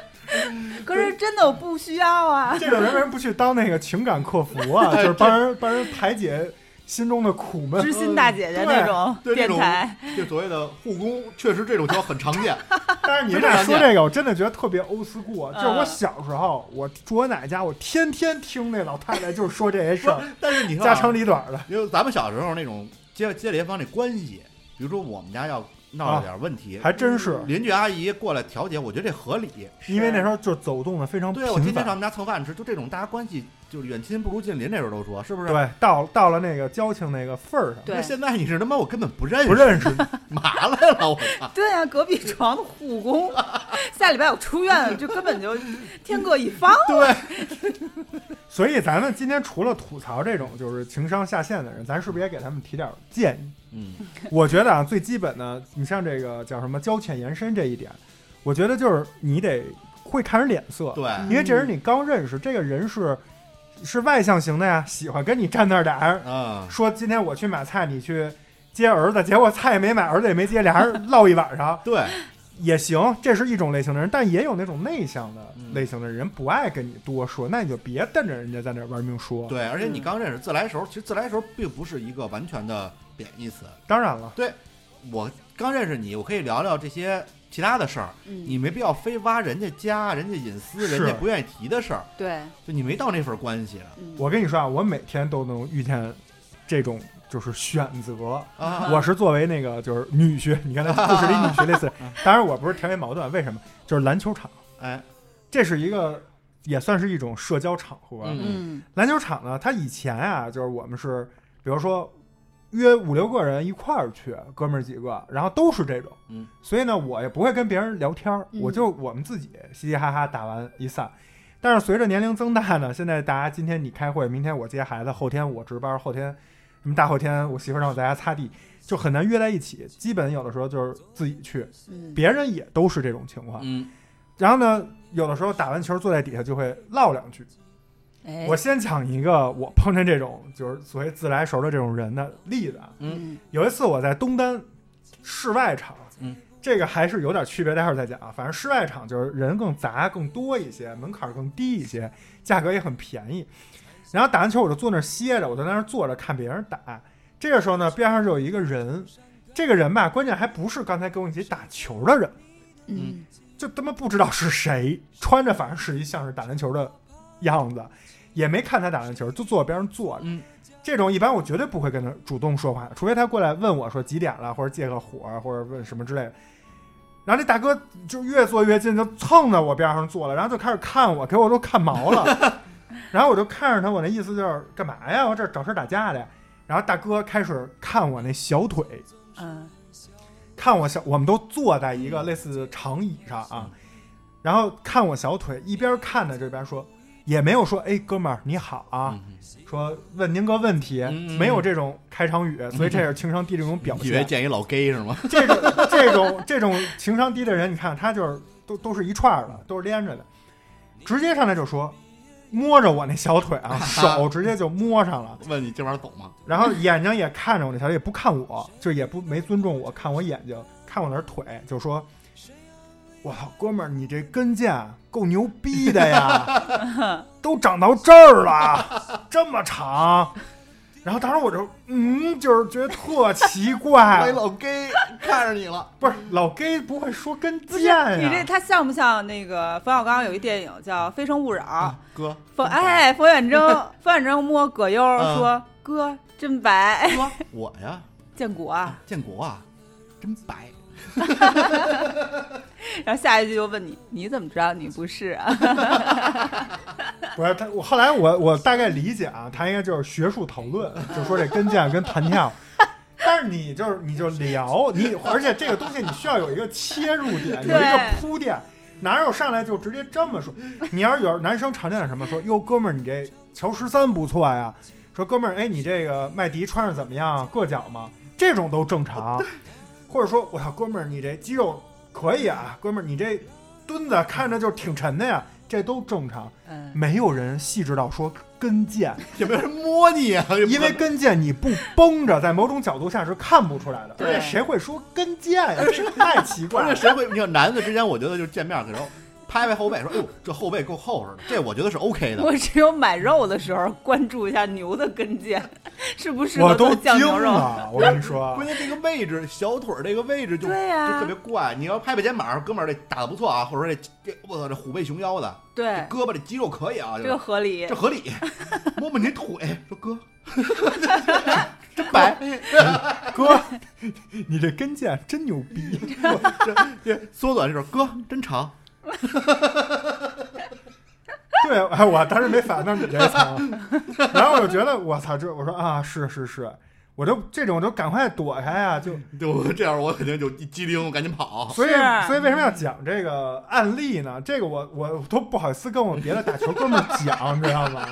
可是真的我不需要啊。
这种人为什么不去当那个情感客服啊？就是帮人帮人排解心中的苦闷
知。心大姐姐
对
那种
对这
电
种 [LAUGHS]
台，
这所谓的护工，确实这种条很常见。
[LAUGHS] 但是你们俩说这个，我真的觉得特别欧思故啊。就是我小时候，我住我奶奶家，我天天听那老太太就是说这些事儿，
但是你看、
家长
啊，
里短的。
因为咱们小时候那种街街邻房那关系，比如说我们家要闹了点问题，
哦还真是，
邻居阿姨过来调解，我觉得这合理。
因为那时候就走动的非常
对啊，我
频
天天上
繁。
我们家蹭饭吃，就这种大家关系就是远亲不如近邻，那时候都说是不是？
对，到到了那个交情那个份儿上，
那
对
现在你是他妈我根本不认识，
不认识你，
麻来了，我操！
对啊，隔壁床的护工，下礼拜我出院了，就根本就天各一方。
所以咱们今天除了吐槽这种就是情商下线的人，咱是不是也给他们提点儿建议？ [LAUGHS]
嗯，
我觉得啊，最基本的，你像这个叫什么交浅言深这一点，我觉得就是你得会看人脸色，
对，
因为这人你刚认识，这个人是是外向型的呀，喜欢跟你站那儿俩人
嗯，
说今天我去买菜，你去接儿子，结果菜也没买，儿子也没接，俩人唠一晚上 [LAUGHS]
对，
也行，这是一种类型的人，但也有那种内向的
嗯
类型的人，不爱跟你多说，那你就别瞪着人家在那儿玩命说。
对，而且你刚认识自来熟，其实自来熟并不是一个完全的贬义词。
当然了，
我刚认识你，我可以聊聊这些其他的事儿，
嗯，
你没必要非挖人家家、人家隐私、
是
人家不愿意提的事儿，
对，
就你没到那份关系呢
嗯
我跟你说啊，我每天都能遇见这种就是选择。
啊。
我是作为那个就是女婿，你看他故事里女婿类
[LAUGHS]
似，当然我不是条列矛盾，为什么？就是篮球场，
哎，
这是一个也算是一种社交场合。
嗯
嗯
篮球场呢，它以前啊，就是我们是比如说约五六个人一块儿去，哥们儿几个，然后都是这种，
嗯，
所以呢，我也不会跟别人聊天儿，
嗯
我就我们自己嘻嘻哈哈打完一散。但是随着年龄增大呢，现在大家今天你开会，明天我接孩子，后天我值班，后天什么大后天我媳妇儿让我在家擦地，就很难约在一起。基本有的时候就是自己去，
嗯，
别人也都是这种情况。
嗯，
然后呢，有的时候打完球坐在底下就会唠两句。
哎
我先讲一个我碰见这种就是所谓自来熟的这种人的例子啊。
嗯
有一次我在东单室外场，
嗯，
这个还是有点区别，待会儿再讲啊。反正室外场就是人更杂、更多一些，门槛儿更低一些，价格也很便宜。然后打完球我就坐那儿歇着，我就在那儿坐着看别人打。这个时候呢，边上就有一个人，这个人吧，关键还不是刚才跟我一起打球的人，
嗯
就他妈不知道是谁，穿着反正是一像是打篮球的样子，也没看他打篮球，就坐我边上坐着。
嗯
这种一般我绝对不会跟他主动说话，除非他过来问我说几点了，或者借个火，或者问什么之类的。然后那大哥就越坐越近，就蹭到我边上坐了，然后就开始看我，给我都看毛了。然后我就看着他，我那意思就是干嘛呀？我这找事儿打架的呀。然后大哥开始看我那小腿，
嗯
看我小，我们都坐在一
嗯
个类似长椅上啊，然后看我小腿，一边看着这边说，也没有说哎哥们儿你好啊，
嗯，
说问您个问题，
嗯嗯
没有这种开场语，所以这是情商低这种表
以为
现。
见一老 gay 是吗？
[LAUGHS] 这种这种这种情商低的人，你看他就是都都是一串儿
嗯
的，都是连着的，直接上来就说。摸着我那小腿
[LAUGHS]
啊，手直接就摸上了，
问你今晚走吗？
然后眼睛也看着我那小腿，也不看我，就也不没尊重我，看我眼睛，看我那腿，就说：“我操，哥们儿，你这跟腱够牛逼的呀，
[LAUGHS]
都长到这儿了，这么长。”然后当时我就嗯，就是觉得特奇
我一
怪，
老 gay 看着你了，
不是老 gay 不会说跟
不
腱
是
呀、
你这他像不像那个冯小刚有一电影叫《非诚勿扰》？
哥，
嗯冯哎，冯远征， [LAUGHS] 冯远征摸葛优
嗯
说：“哥真白， [LAUGHS]
哥，我呀，
建国啊。”
建国啊，真白。
然后下一句就问你，你怎么知道你不是啊？
不是他，我后来我我大概理解啊，他应该就是学术讨论，就说这跟腱跟弹跳。 [LAUGHS] 但是你就是你就聊你，而且这个东西你需要有一个切入点，有一个
对
铺垫，哪有上来就直接这么说？你要是有男生常见点什么说，哟哥们儿你这乔十三不错呀，说哥们儿哎你这个麦迪穿着怎么样，啊硌脚吗？这种都正常，或者说我操哥们儿你这肌肉可以啊，哥们儿你这蹲子看着就挺沉的呀，这都正常。
嗯，
没有人细致到说
[LAUGHS]
跟腱，
有没有人摸你啊？
因为跟腱你不绷着，在某种角度下是看不出来的。
对
而且谁会说跟腱呀？这太奇怪
[LAUGHS]
[LAUGHS]
而
了
且。谁会？你看男的之间，我觉得就是见面的时候拍拍后背，说：“哎呦，这后背够厚实的。”这我觉得是 OK 的。
我只有买肉的时候关注一下牛的跟腱， [LAUGHS] 是不是
我都
酱
惊
牛肉？
了，我跟你
[LAUGHS]
说
关，键这个位置，小腿儿这个位置就
对呀
就特别怪。你要拍拍肩膀，哥们儿这打的不错啊，或者说这这我操这虎背熊腰的，这
对，
胳膊这肌肉可以啊，
这
就
个
是
合理
这。合
[LAUGHS]
理。摸摸你腿，说哥，真白，
哥，你这跟腱真牛逼， [LAUGHS]
这缩短这首哥真长。
对，哎，我当时没反应到你这层，
[LAUGHS]
然后我就觉得我操，这我说啊，是是是，我就这种我就赶快躲开呀、就
就这样，我肯定就一激灵，我赶紧跑。
所以
是
所以为什么要讲这个案例呢？这个我我都不好意思跟我别的打球哥们儿讲，你知道吗？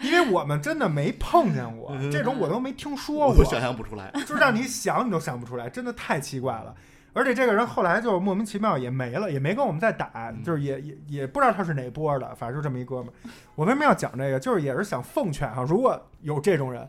因为我们真的没碰见
[LAUGHS]
过
嗯
这种，我都没听说
我
过
都，想象不出来。
就是让你想你都想不出来，真的太奇怪了。而且这个人后来就莫名其妙也没了，也没跟我们再打，
嗯
就是也也也不知道他是哪波的，反正就这么一哥们儿。我为什么要讲这个？就是也是想奉劝哈，如果有这种人，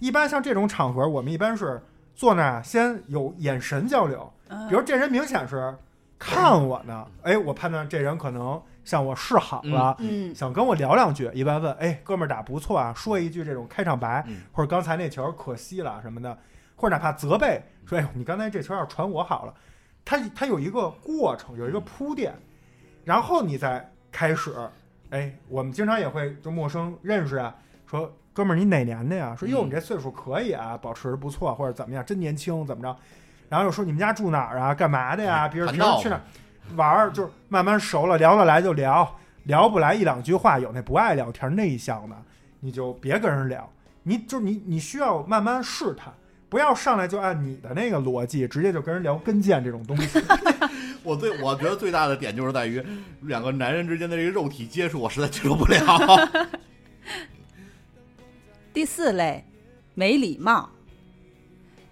一般像这种场合，我们一般是坐那儿先有眼神交流，
嗯
比如这人明显是看我呢，哎，我判断这人可能向我示好了，
嗯，
想跟我聊两句，一般问，哎，哥们儿打不错啊，说一句这种开场白，
嗯
或者刚才那球可惜了什么的，或者哪怕责备，说，哎呦，你刚才这球要传我好了，他他有一个过程，有一个铺垫，然后你再开始，哎，我们经常也会就陌生认识啊，说。哥们儿，你哪年的呀？说
嗯
哟，你这岁数可以啊，保持得不错，或者怎么样，真年轻，怎么着？然后又说你们家住哪儿啊？干嘛的呀？比如
谈
平
到
时去哪儿玩儿，就是慢慢熟了，聊得来就聊，聊不来一两句话，有那不爱聊天内向的，你就别跟人聊。你就你你需要慢慢试探，不要上来就按你的那个逻辑，直接就跟人聊跟腱这种东西。
我最我觉得最大的点就是在于两个男人之间的这个肉体接触，我实在接受不
[LAUGHS]
了。
第四类，没礼貌。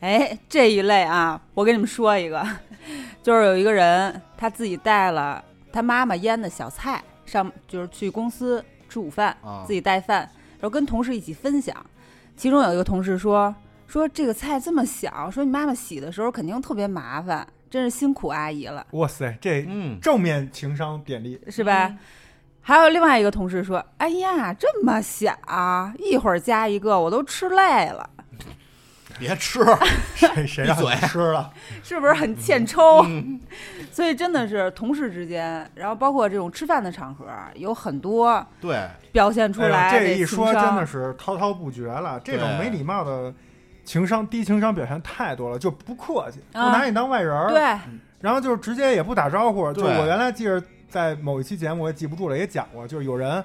哎，这一类啊，我给你们说一个， [LAUGHS] 就是有一个人他自己带了他妈妈腌的小菜上，就是去公司吃午饭，
啊
自己带饭，然后跟同事一起分享。其中有一个同事说说这个菜这么小，说你妈妈洗的时候肯定特别麻烦，真是辛苦阿姨了，
哇塞，这
嗯，
正面情商点力，
是吧？还有另外一个同事说：“哎呀，这么小，一会儿加一个，我都吃累了。”
别吃，
[LAUGHS] 谁谁让
闭嘴
你吃了？
是不是很欠抽？
嗯
所以真的是同事之间，然后包括这种吃饭的场合，有很多
对，
表现出来、
哎呦这一说真的
是，
是滔滔不绝了，这种
对
没礼貌的情商低情商表现太多了，就不客气，不
啊
拿你当外人儿。
对，
然后就是直接也不打招呼。就
对
我原来记着在某一期节目我也记不住了，也讲过，就是有人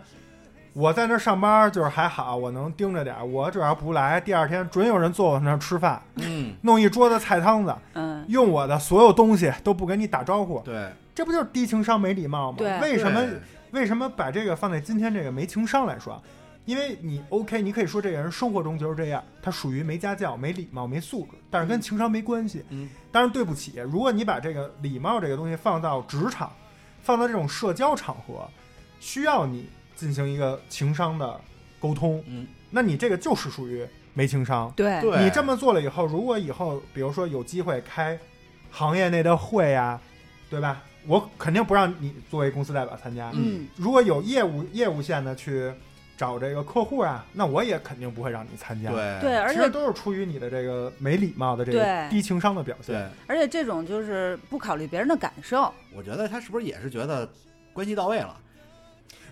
我在那儿上班，就是还好我能盯着点儿，我只要不来，第二天准有人坐我那儿吃饭，
嗯，
弄一桌子菜汤子，
嗯，
用我的所有东西都不跟你打招呼，
对，
这不就是低情商没礼貌吗？
对
[LAUGHS] 为什么
对
为什么把这个放在今天这个没情商来说？啊因为你 OK，你可以说这个人生活中就是这样，他属于没家教、没礼貌、没素质，但是跟情商没关系。
嗯，
当然对不起，如果你把这个礼貌这个东西放到职场，放到这种社交场合，需要你进行一个情商的沟通，
嗯，
那你这个就是属于没情商。
对，
对，
你这么做了以后，如果以后比如说有机会开行业内的会啊，对吧？我肯定不让你作为公司代表参加。
嗯，
如果有业务业务线的去找这个客户啊，那我也肯定不会让你参加。，
对
对，而
哎其实
且
都是出于你的这个没礼貌的这个
对
低情商的表现。
对，
而且这种就是不考虑别人的感受。
我觉得他是不是也是觉得关系到位了？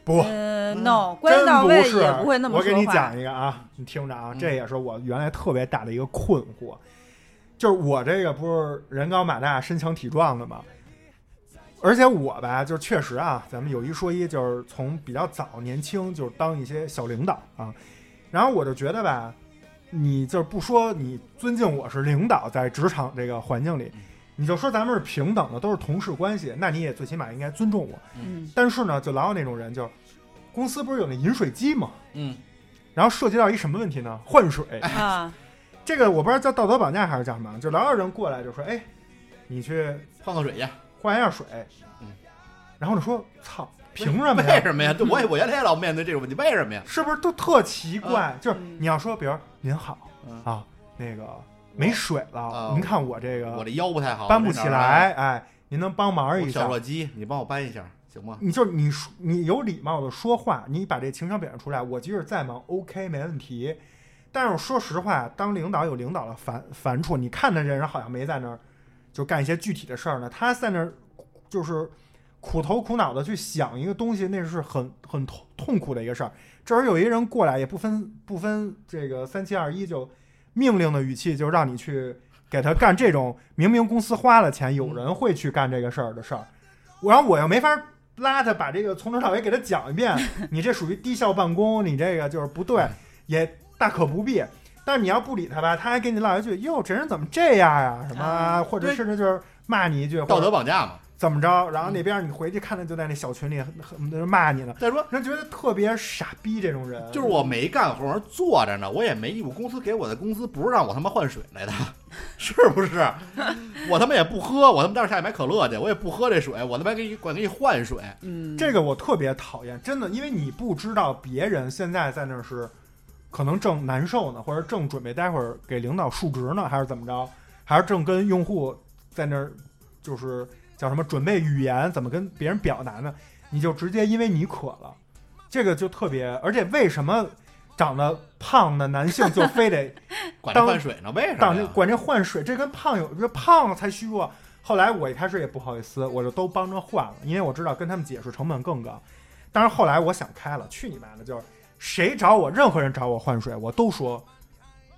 不，
嗯
嗯
，no，关系
真
到
不
位
是，
也不会那么
我
说
给
话。
你讲一个啊，你听着啊
嗯，
这也是我原来特别大的一个困惑，就是我这个不是人高马大、身强体壮的嘛，而且我吧，就是确实啊，咱们有一说一，就是从比较早年轻就是当一些小领导啊，然后我就觉得吧，你就是不说你尊敬我是领导，在职场这个环境里。
嗯
你就说咱们是平等的，都是同事关系，那你也最起码应该尊重我。
嗯，
但是呢，就老有那种人，就是公司不是有那饮水机吗？
嗯，
然后涉及到一什么问题呢？换水，
哎
啊，
这个我不知道叫道德绑架还是叫什么，就老有人过来就说，哎，你去
放个水去，
换一下水
嗯，
然后就说，操，凭什么
为
呀？嗯
什么呀？对，我也我原来也老面对这种问题，为什么呀？
是不是都特奇怪？就是你要说，比如您好
嗯
啊，那个没水了
啊，
您看我这
我
个
这腰不太好，
搬不起
这哪儿啊
来，。哎，您能帮忙
我
一
小
下？
弱鸡，你帮我搬一下行吗？
你就是你说你有礼貌的说话，你把这情商表现出来，我即使再忙，OK 没问题。但是说实话，当领导有领导的烦烦处，你看的这人好像没在那儿就干一些具体的事儿呢，他在那儿就是苦头苦脑的去想一个东西，那是很很痛痛苦的一个事儿。这时候有一人过来，也不分不分这个三七二一，就命令的语气就让你去给他干这种明明公司花了钱，有人会去干这个事儿的事儿，然后我又没法拉他把这个从头到尾给他讲一遍，你这属于低效办公，你这个就是不对，也大可不必。但是你要不理他吧，他还给你唠一句：“哟，这人怎么这样呀、什么啊，或者
对
甚至就是骂你一句，
道德绑架嘛。
怎么着？然后那边你回去看着就在那小群里恨恨不得骂你呢，
再说，
人觉得特别傻逼这种人，
就是我没干活，坐着呢，我也没义务。公司给我的工资不是让我他妈换水来的， [LAUGHS] 是不是？ [LAUGHS] 我他妈也不喝，我他妈待会儿下去买可乐去，我也不喝这水，我他妈给你管给你换水。
嗯，
这个我特别讨厌，真的，因为你不知道别人现在在那儿是可能正难受呢，或者正准备待会儿给领导述职呢，还是怎么着，还是正跟用户在那儿就是叫什么准备语言怎么跟别人表达呢？你就直接因为你渴了，这个就特别，而且为什么长得胖的男性就非得？
管他换水呢？为啥
当这
哎呀？
管这换水，这跟胖有这胖才虚弱。后来我一开始也不好意思，我就都帮着换了，因为我知道跟他们解释成本更高。但是后来我想开了，去你妈的！就是谁找我，任何人找我换水，我都说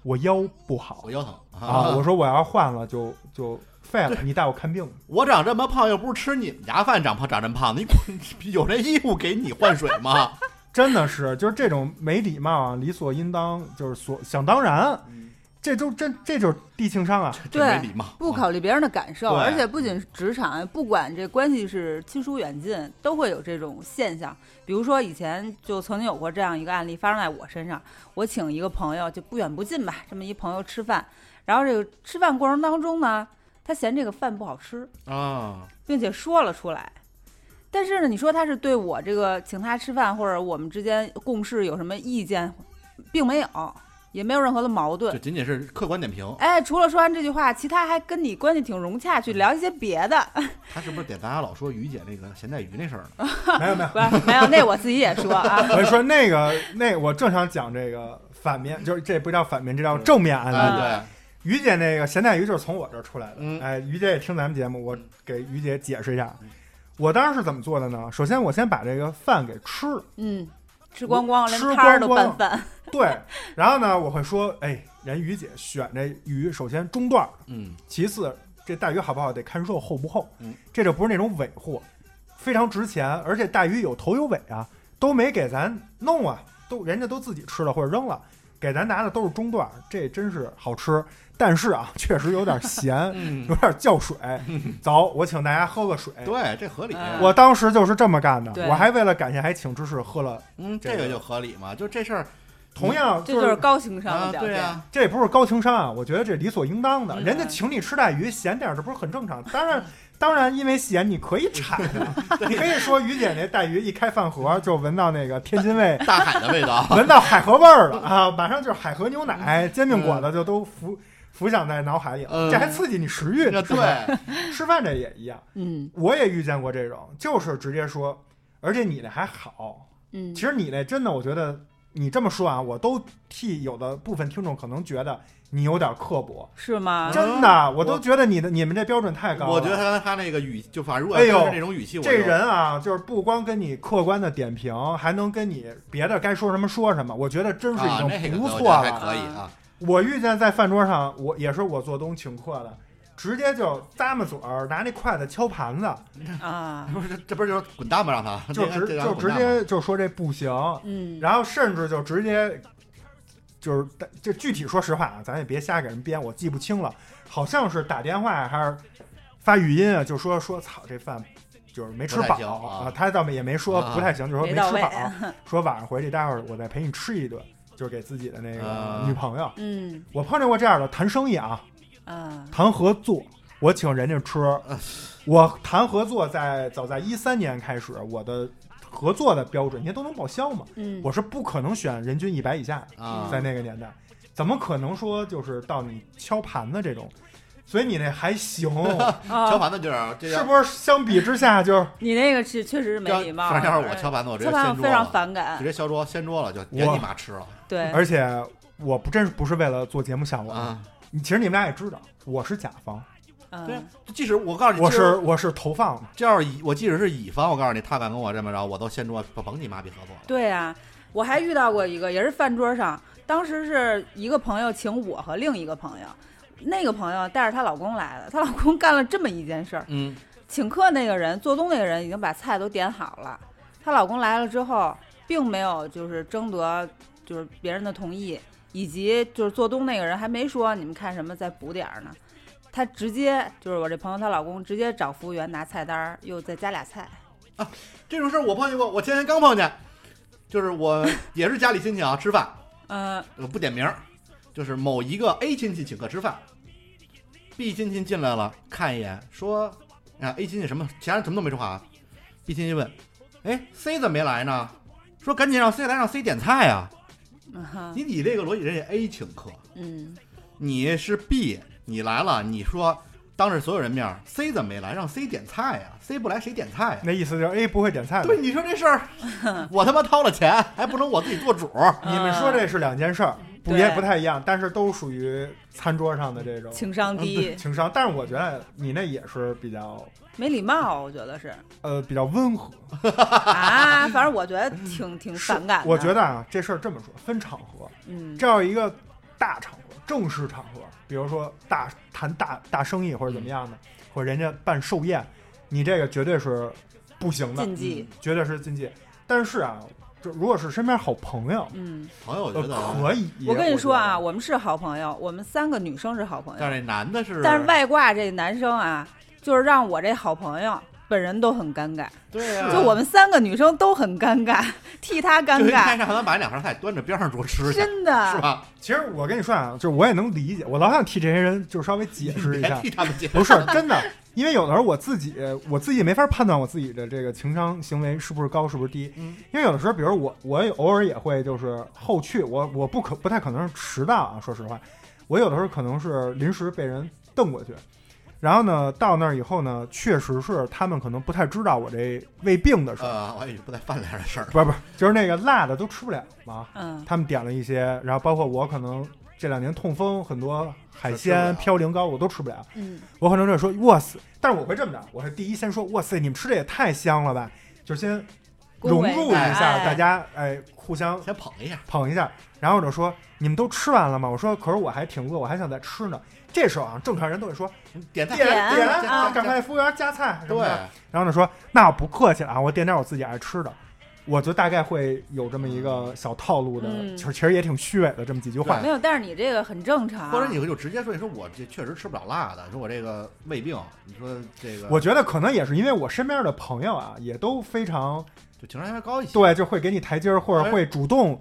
我腰不好
我腰疼
啊，我说我要换了就就废了，你带我看病。
我长这么胖，又不是吃你们家饭长胖长这么胖，你管 [LAUGHS] 有这义务给你换水吗？ [LAUGHS]
真的是，就是这种没礼貌啊，理所应当，就是所想当然，这就真这就是低情商啊！
真没礼貌，
不考虑别人的感受，
对
而且不仅是职场，不管这关系是亲疏远近，都会有这种现象。比如说以前就曾经有过这样一个案例发生在我身上，我请一个朋友就不远不近吧，这么一朋友吃饭，然后这个吃饭过程当中呢，他嫌这个饭不好吃，
啊！
并且说了出来。但是呢，你说他是对我这个请他吃饭或者我们之间共事有什么意见，并没有，也没有任何的矛盾
就。仅仅是客观点评，
哎，除了说完这句话，其他还跟你关系挺融洽，去聊一些别
[LAUGHS]
的。
他是不是得咱俩老说于姐那个咸带鱼那事儿呢？
没有没有，
不是，没有，那我自己也说
[LAUGHS]
[LAUGHS]
啊。
我就说那个那我正想讲这个反面，就是这不叫反面，这叫正面案例。
哎，
于姐那个咸带鱼就是从我这儿出来的。
嗯
哎，于姐也听咱们节目，我给于姐解释一下
嗯，
我当时是怎么做的呢？首先我先把这个饭给吃了，
嗯，吃光光，连
吃
摊儿都
光
拌
光
饭。
对，然后呢我会说，哎，人于姐选这鱼，首先中段儿，
对，嗯，
其次这带鱼好不好得看肉厚不厚，
嗯
这就不是那种尾货，非常值钱，而且带鱼有头有尾啊，都没给咱弄啊，都人家都自己吃了或者扔了，给咱拿的都是中段儿，这真是好吃，但是啊确实有点咸，
[LAUGHS] 嗯
有点叫水。走，我请大家喝个水。
对，这合理，啊
嗯
我当时就是这么干的，
对
我还为了感谢还请芝士喝了。
嗯，
这个
这个就合理嘛，就这事儿
同样
嗯这
就
就是
是
高情商
啊，
的表
对
现。
呀，
这也不是高情商啊，我觉得这理所应当的。
嗯
人家请你吃带鱼，咸点儿，这不是很正常？当
嗯
然，当然，因为咸你可以铲啊，
[LAUGHS]
你可以说于姐那带鱼一开饭盒就闻到那个天
[LAUGHS]
津味，，
大海的味道
[LAUGHS] 闻到海河味儿了啊，马上就是海河牛奶、煎饼果子就都浮浮想在脑海里了，
嗯
这还刺激你食欲呢。
这
是吧，
对，
吃饭这也一样。
嗯
我也遇见过这种，就是直接说，而且你那还好，
嗯
其，实你那真的，我觉得你这么说啊，我都替有的部分听众可能觉得你有点刻薄，
是吗？
真的，我都
我
觉得你的你们这标准太高了。
啊我觉得他他那个语就反正如果
哎呦
真是这种语气，我
这人啊，就是不光跟你客观的点评，还能跟你别的该说什么说什么，我觉得真
就是啊，
已
那
经
个
不
我觉
错
得
了。
还可以
[LAUGHS]
啊，
我遇见在饭桌上，我也是我做东请客的，直接就咂摸嘴儿，拿那筷子敲盘子，
啊，
不是这这不是就是滚蛋吧，让他
就
这
直
这让
就
他
直
滚蛋吧
接就说这不行，
嗯，
然后甚至就直接就是这具体说实话啊，咱也别瞎给人编，我记不清了，好像是打电话还是发语音啊，就说说操这饭就是没吃
不太行
饱
啊
他倒也没说
啊
不太行，就说
没
没
到
吃
位 [LAUGHS]
饱，说晚上回去待会儿我再陪你吃一顿，就是给自己的那个
啊
女朋友。
嗯
我碰见过这样的谈生意啊，
啊，
谈合作，我
啊
请人家吃。我谈合作在早在一三年开始，我的合作的标准，人家都能报销嘛。
嗯，
我是不可能选人均一百以下的，
啊，
在那个年代，怎么可能说就是到你敲盘的这种？所以你那还行，
敲
啊，
盘子就是这
是
样，
不是？相比之下就是
你那个是确实是没
要
礼貌。啊
反正要是我敲盘子，我直
敲
接
盘
掀
我
桌
非常
了，
反感
直，接掀桌掀桌了就原你妈吃了
对，
而且我不真是不是为了做节目想我，
啊！
你其实你们俩也知道，我是甲方，
对啊
嗯，，
即使我告诉你，
我
即使
是我是投放的，
这要是乙，我即使是乙方，我告诉你，他敢跟我这么着，我都掀桌，甭你妈逼合作了。
对啊，我还遇到过一个，也是饭桌上，当时是一个朋友请我和另一个朋友，那个朋友带着她老公来的，她老公干了这么一件事儿，
嗯，
请客那个人做东那个人已经把菜都点好了，她老公来了之后，并没有就是征得就是别人的同意，以及就是做东那个人还没说你们看什么再补点儿呢。她直接就是我这朋友，她老公直接找服务员拿菜单儿，又再加俩菜。
这种事儿我碰见过，我前天刚碰见，就是我也是家里亲戚啊，吃饭
嗯、
我不点名儿，就是某一个 A 亲戚请客吃饭，B 亲戚进来了，看一眼说啊 A 亲戚什么，其他人什么都没说话啊，B 亲戚问，哎 C 怎么没来呢？说赶紧让 C 来，让 C 点菜啊！
嗯
你你这个逻辑，人家 A 请客，
嗯，
你是 B，你来了，你说当着所有人面儿，C 怎么没来？让 C 点菜呀、c 不来谁点菜呀、啊
那意思就是 A 不会点菜
[LAUGHS]
的
对，。你说这
[LAUGHS]
事儿，我他妈掏了钱，还不能我自己做主儿？
你们说这是两件事儿，不
对
也不太一样，但是都属于餐桌上的这种
情商低。
情商。但是我觉得你那也是比较
没礼貌，我觉得是
呃比较温和。
啊，反正我觉得挺挺
是
反感的。
我觉，得啊，这事儿这么说，分场合，
嗯，
这要一个大场合、正式场合，比如说大谈大大生意或者怎么样
嗯
的，或者人家办寿宴，你这个绝对是不行的
禁，忌，
绝对是禁忌。但是啊，这如果是身边好朋友，
嗯，
朋友，我
呃
觉得，啊
可以。
我跟你说啊，
觉
我们是好朋友，我们三个女生是好朋
但
友，
是这男的是，
但是外挂这男生啊，就是让我这好朋友本人都很尴尬，
对啊，
就我们三个女生都很尴尬， [LAUGHS] 替他尴
就应该
尬，
让他把两盘菜端着边上桌吃去，
真
是
的，
吧？
得其实我跟你说啊，就是我也能理解，我老想替这些人就稍微解释一
别
下
替，他们解释
[LAUGHS] 不
[LAUGHS]
是真的，因为有的时候我自己，我自己没法判断我自己的这个情商行为是不是高，是不是低。
嗯
因为有的时候，比如我，我也偶尔也会就是后去，我我不可不太可能是迟到啊，说实话，我有的时候可能是临时被人瞪过去，然后呢，到那儿以后呢，确实是他们可能不太知道我这胃病的事儿，
呃，我也不带饭量的事儿，
不是不是，就是那个辣的都吃不了嘛，
嗯
他们点了一些，然后包括我可能这两年痛风，很多海
吃不了
鲜、嘌呤膏我都吃不了。
嗯，
我可能就说哇塞，但是我会这么着，我是第一先说哇塞，你们吃的也太香了吧，就先融入一下，大家哎互相
先捧一下，
捧一下，然后我就说你们都吃完了吗？我说可是我还挺饿，我还想再吃呢。这时候啊，正常人都会说
点菜
点点
啊
啊，赶快服务员加菜什么的。
对，
然后呢说那我不客气了啊，我点点我自己爱吃的。我就大概会有这么一个小套路的，
嗯
其实其实也挺虚伪的这么几句话
对。
没有，但是你这个很正常，啊
或者你就直接说，你说我这确实吃不了辣的，你说我这个胃病，你说这个
我觉得可能也是因为我身边的朋友啊，也都非常
就情商稍微高一些，
对，就会给你台阶儿，或
哎
者会主动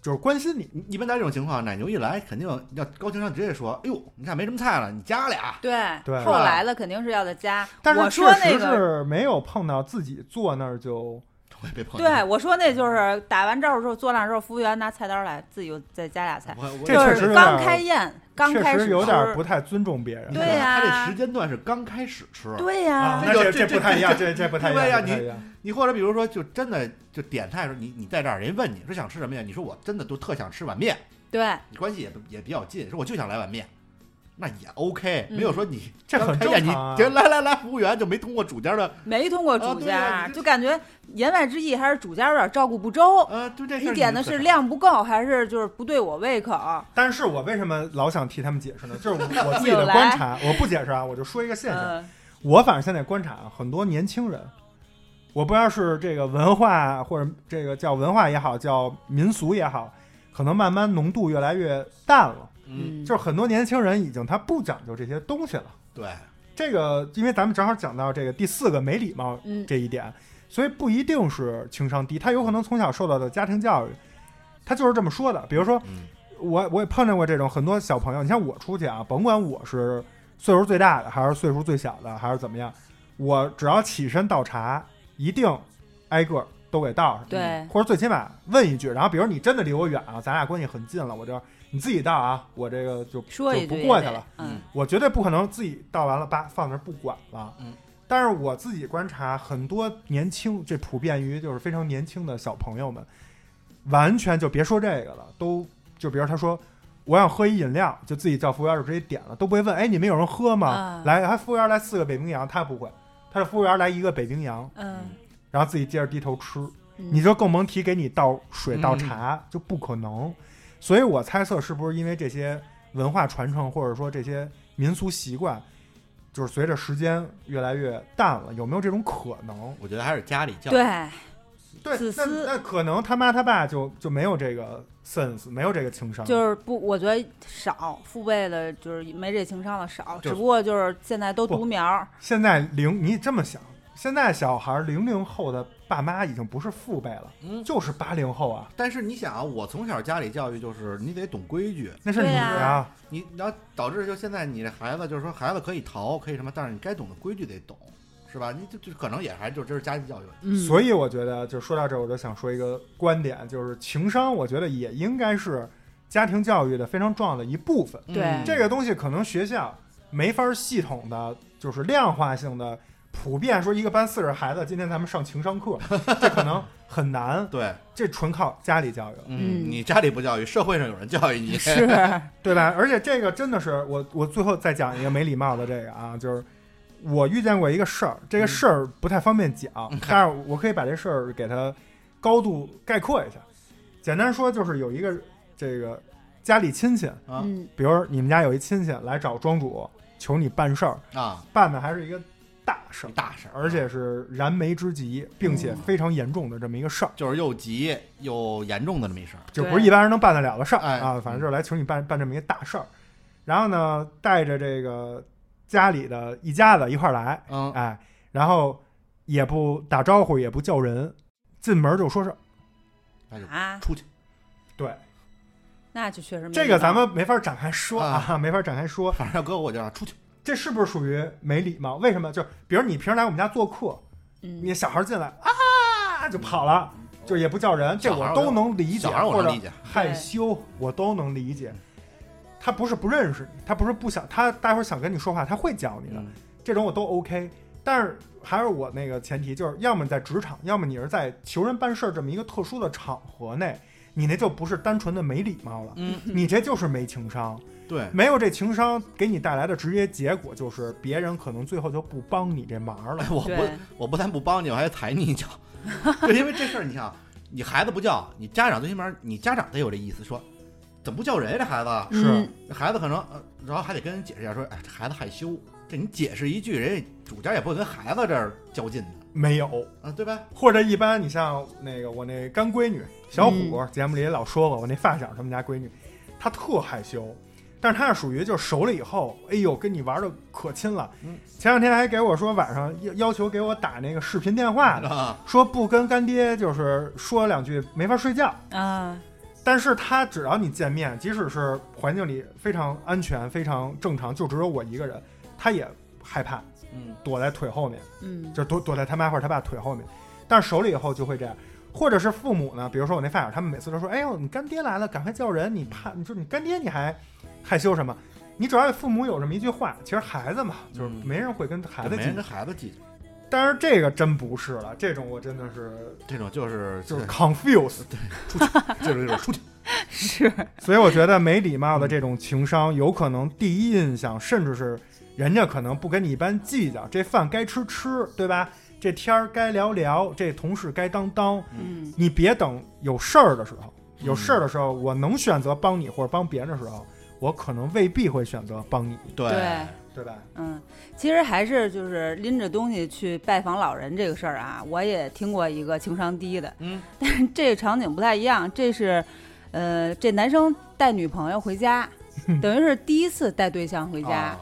就是关心你。
一般在这种情况，奶牛一来，肯定要高情商，直接说：“哎呦，你看没什么菜了，你加俩。 [LAUGHS]
对
对
后来的肯定是要再加，
但
我
是
说
确
那
实
个
是没有碰到自己坐那儿就，”
我也被碰
对，
见。
我说那就是打完招呼之后坐那儿之后，服务员拿菜单来，自己又再加俩菜。
我我
这
就
确实
是
有
刚
点
开宴，刚开
确
始
实有点
吃
儿不太尊重别人。
对呀
他这时间段是刚开始吃。
对呀、
啊，
这
那
就
这
这
不太一样，这这不太一样。
对呀
这不太一样
你或者比如说，就真的就点菜的时候，你你在这儿，人家问你说想吃什么呀？你说我真的就特想吃碗面，
对，
你关系也也比较近，说我就想来碗面，那也 OK，
嗯
没有说你
这
刚
很
开眼
正常啊
你觉得来来来，服务员就没通过主家的，
没通过
啊
主
对
家，
呀你这
就感觉言外之意还是主家有点照顾不周。
呃，对这事儿
你点的
就是特
量不够，还是就是不对我胃口？
但是我为什么老想替他们解释呢？就
[LAUGHS]
是我我自己
又
的
来
观察，我不解释啊，我就说一个现象。
嗯
我反正现在观察啊，很多年轻人，我不知道是这个文化或者这个叫文化也好，叫民俗也好，可能慢慢浓度越来越淡了。
嗯，
就是很多年轻人已经他不讲究这些东西了。
对，
这个，因为咱们正好讲到这个第四个没礼貌
嗯
这一点，所以不一定是情商低，他有可能从小受到的家庭教育，他就是这么说的。比如说，
嗯
我我也碰见过这种很多小朋友，你像我出去啊，甭管我是岁数最大的，还是岁数最小的，还是怎么样，我只要起身倒茶，一定挨个儿都给道上，
对
或者最起码问一句，然后比如你真的离我远啊，咱俩关系很近了，我这你自己到啊，我这个就
说一句
就不
也
过去
得
了，
嗯
我绝对不可能自己到完了叭放那儿不管了。
嗯，
但是我自己观察，很多年轻，这普遍于就是非常年轻的小朋友们，完全就别说这个了，都就比如他说。我想喝一饮料，就自己叫服务员就直接点了，都不会问，哎，你们有人喝吗？
啊
来，还服务员来四个北冰洋，他不会，他是服务员来一个北冰洋，
嗯，
然后自己接着低头吃，
嗯
你就更甭提给你倒水
嗯
倒茶，就不可能。所以我猜测是不是因为这些文化传承，或者说这些民俗习惯，就是随着时间越来越淡了，有没有这种可能？
我觉得还是家里教育
对，
对
自，
那
私
那可能他妈他爸就就没有这个 sense，没有这个情商，
就是不，我觉得少父辈的，就是没这情商的少，
就
只不过就是现在都
不
独苗儿，
现在零，你这么想，现在小孩零零后的爸妈已经不是父辈了，
嗯
就是八零后啊，
但是你想啊，我从小家里教育就是你得懂规矩，
那是你
对啊
啊，
你然后导致就现在你这孩子就是说孩子可以逃可以什么，但是你该懂的规矩得懂，是吧？你就就可能也还就这是家庭教育问题。
嗯，
所以我觉得就说到这儿，我就想说一个观点，就是情商，我觉得也应该是家庭教育的非常重要的一部分。
对
嗯
这个东西可能学校没法系统的，就是量化性的。普遍说一个班四十孩子，今天咱们上情商课，这可能很难，
对，
这纯靠家里教育了。
嗯
你家里不教育，社会上有人教育你，
是
对吧？而且这个真的是我，我最后再讲一个没礼貌的这个啊，就是我遇见过一个事儿，这个事儿不太方便讲，但是我可以把这事儿给它高度概括一下。简单说就是有一个这个家里亲戚，
啊
嗯
比如你们家有一亲戚来找庄主求你办事儿，
啊，
办的还是一个大事儿，
大事儿，啊
而且是燃眉之急，并且非常严重的这么一个事儿。
就是又急又严重的这么一事儿。
就
对
不是一般人能办得了的事儿、
哎
啊。反正就是来求你办办这么一个大事儿，然后呢，带着这个家里的一家子一块儿来，
嗯，
哎，然后也不打招呼，也不叫人，进门就说事儿。
那就
嗯
啊，
出去。
对，
那就
嗯
确实没
这
礼
个
貌
咱们没法展开说啊，没法展开说，
反正要搁我我就让他出去。
这是不是属于没礼貌？为什么？就比如你平时来我们家做客，
嗯
你小孩进来啊就跑了，就也不叫人，这
小孩
我
儿
都能理解，
小孩儿
或
我
者
能理解，
害羞，我都能理解。他不是不认识你，他不是不想，他待会儿想跟你说话，他会教你的，
嗯
这种我都 OK。但是还是我那个前提，就是要么你在职场，要么你是在求人办事儿这么一个特殊的场合内，你那就不是单纯的没礼貌了，
嗯，
你这就是没情商。
对，
没有这情商给你带来的直接结果就是别人可能最后就不帮你这忙了
哎，。我
对
不，我不但不帮你，我还踩你一脚。 [LAUGHS] 就因为这事儿，你想，你孩子不叫，你家长最起码你家长得有这意思，说怎么不叫人呀？这孩子，
是
嗯
孩子可能，呃然后还得跟人解释一下，说，哎，这孩子害羞，这你解释一句，人家主家也不会跟孩子这儿较劲的，
没有，
啊，对吧？
或者一般，你像那个我那干闺女小虎，节目里也老说过，我那发小他们家闺女，她特害羞，但是她是属于就是熟了以后，哎呦，跟你玩的可亲了。
嗯
前两天还给我说晚上要要求给我打那个视频电话呢，
啊，
说不跟干爹就是说两句没法睡觉。
啊，
但是她只要你见面，即使是环境里非常安全、非常正常，就只有我一个人，她也害怕，
嗯，
躲在腿后面。
嗯
就躲躲在他妈或者他爸腿后面，但是熟了以后就会这样，或者是父母呢，比如说我那发小，他们每次都说，哎呦，你干爹来了，赶快叫人，你怕，你说你干爹你还害羞什么？你只要父母有这么一句话，其实孩子嘛，就是
嗯
没人会跟孩
就
子
没
计
人
较
跟。孩子计较，
当然这个真不是了，这种我真的是
这种就是
就是
[LAUGHS]
confuse，
这种就是出去，
是
所以我觉得没礼貌
嗯
的这种情商，有可能第一印象甚至是人家可能不跟你一般计较，这饭该吃吃，对吧？这天儿该聊聊，这同事该当当，
嗯
你别等有事儿的时候，有事儿的时候，我能选择帮你或者帮别人的时候，我可能未必会选择帮你，
对
对
对吧？
嗯，其实还是就是拎着东西去拜访老人这个事儿啊，我也听过一个情商低的，
嗯，
但是这个场景不太一样，这是，呃，这男生带女朋友回
[LAUGHS]
家，等于是第一次带对象回家，
啊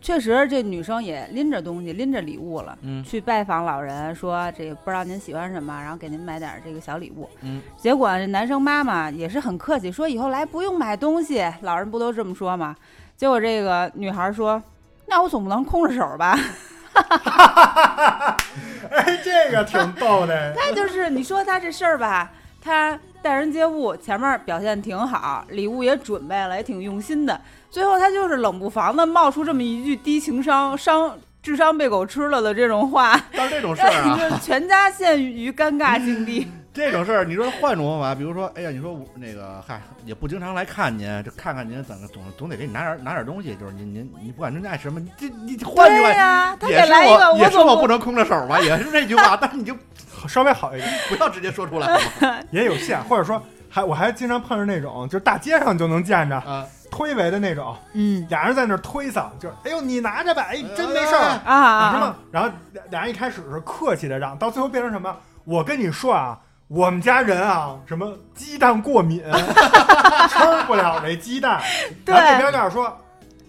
确实这女生也拎着东西，拎着礼物了。
嗯
去拜访老人，说这个不知道您喜欢什么，然后给您买点儿这个小礼物。
嗯，
结果这男生妈妈也是很客气，说以后来不用买东西，老人不都这么说吗？结果这个女孩 [LAUGHS] 说：“那我总不能空着手吧
哎，这个挺逗
[LAUGHS]
的，
他就是你说他这事儿吧，他待人接物前面表现挺好，礼物也准备了，也挺用心的，最后他就是冷不防的冒出这么一句低情商伤。智商被狗吃了的这种话，
但是这种事儿
[LAUGHS]
啊，
就全家陷于尴尬境地。
这种事儿，你说换种方法，比如说，哎呀，你说我那个，嗨，也不经常来看您，这看看您，怎么总总得给你拿点拿点东西，就是您您你不管人家爱什么，你这你换句
对
话，
哎呀、他
也
给
是
来一个，
我也是
总
我不能空着手吧，也是这句话，但是你就
稍微好一点。
不要直接说出来好吗？
也有限，或者说还我还经常碰上那种，就是大街上就能见着
啊，
推诿的那种，
嗯
俩人在那儿推搡，就是哎呦你拿着吧，哎真没事儿，
啊啊
什
啊
么？然后俩俩人一开始是客气的让，到最后变成什么？我跟你说啊。我们家人啊，什么鸡蛋过敏， [LAUGHS] 吃不了这鸡蛋。
对
然后这边告诉说，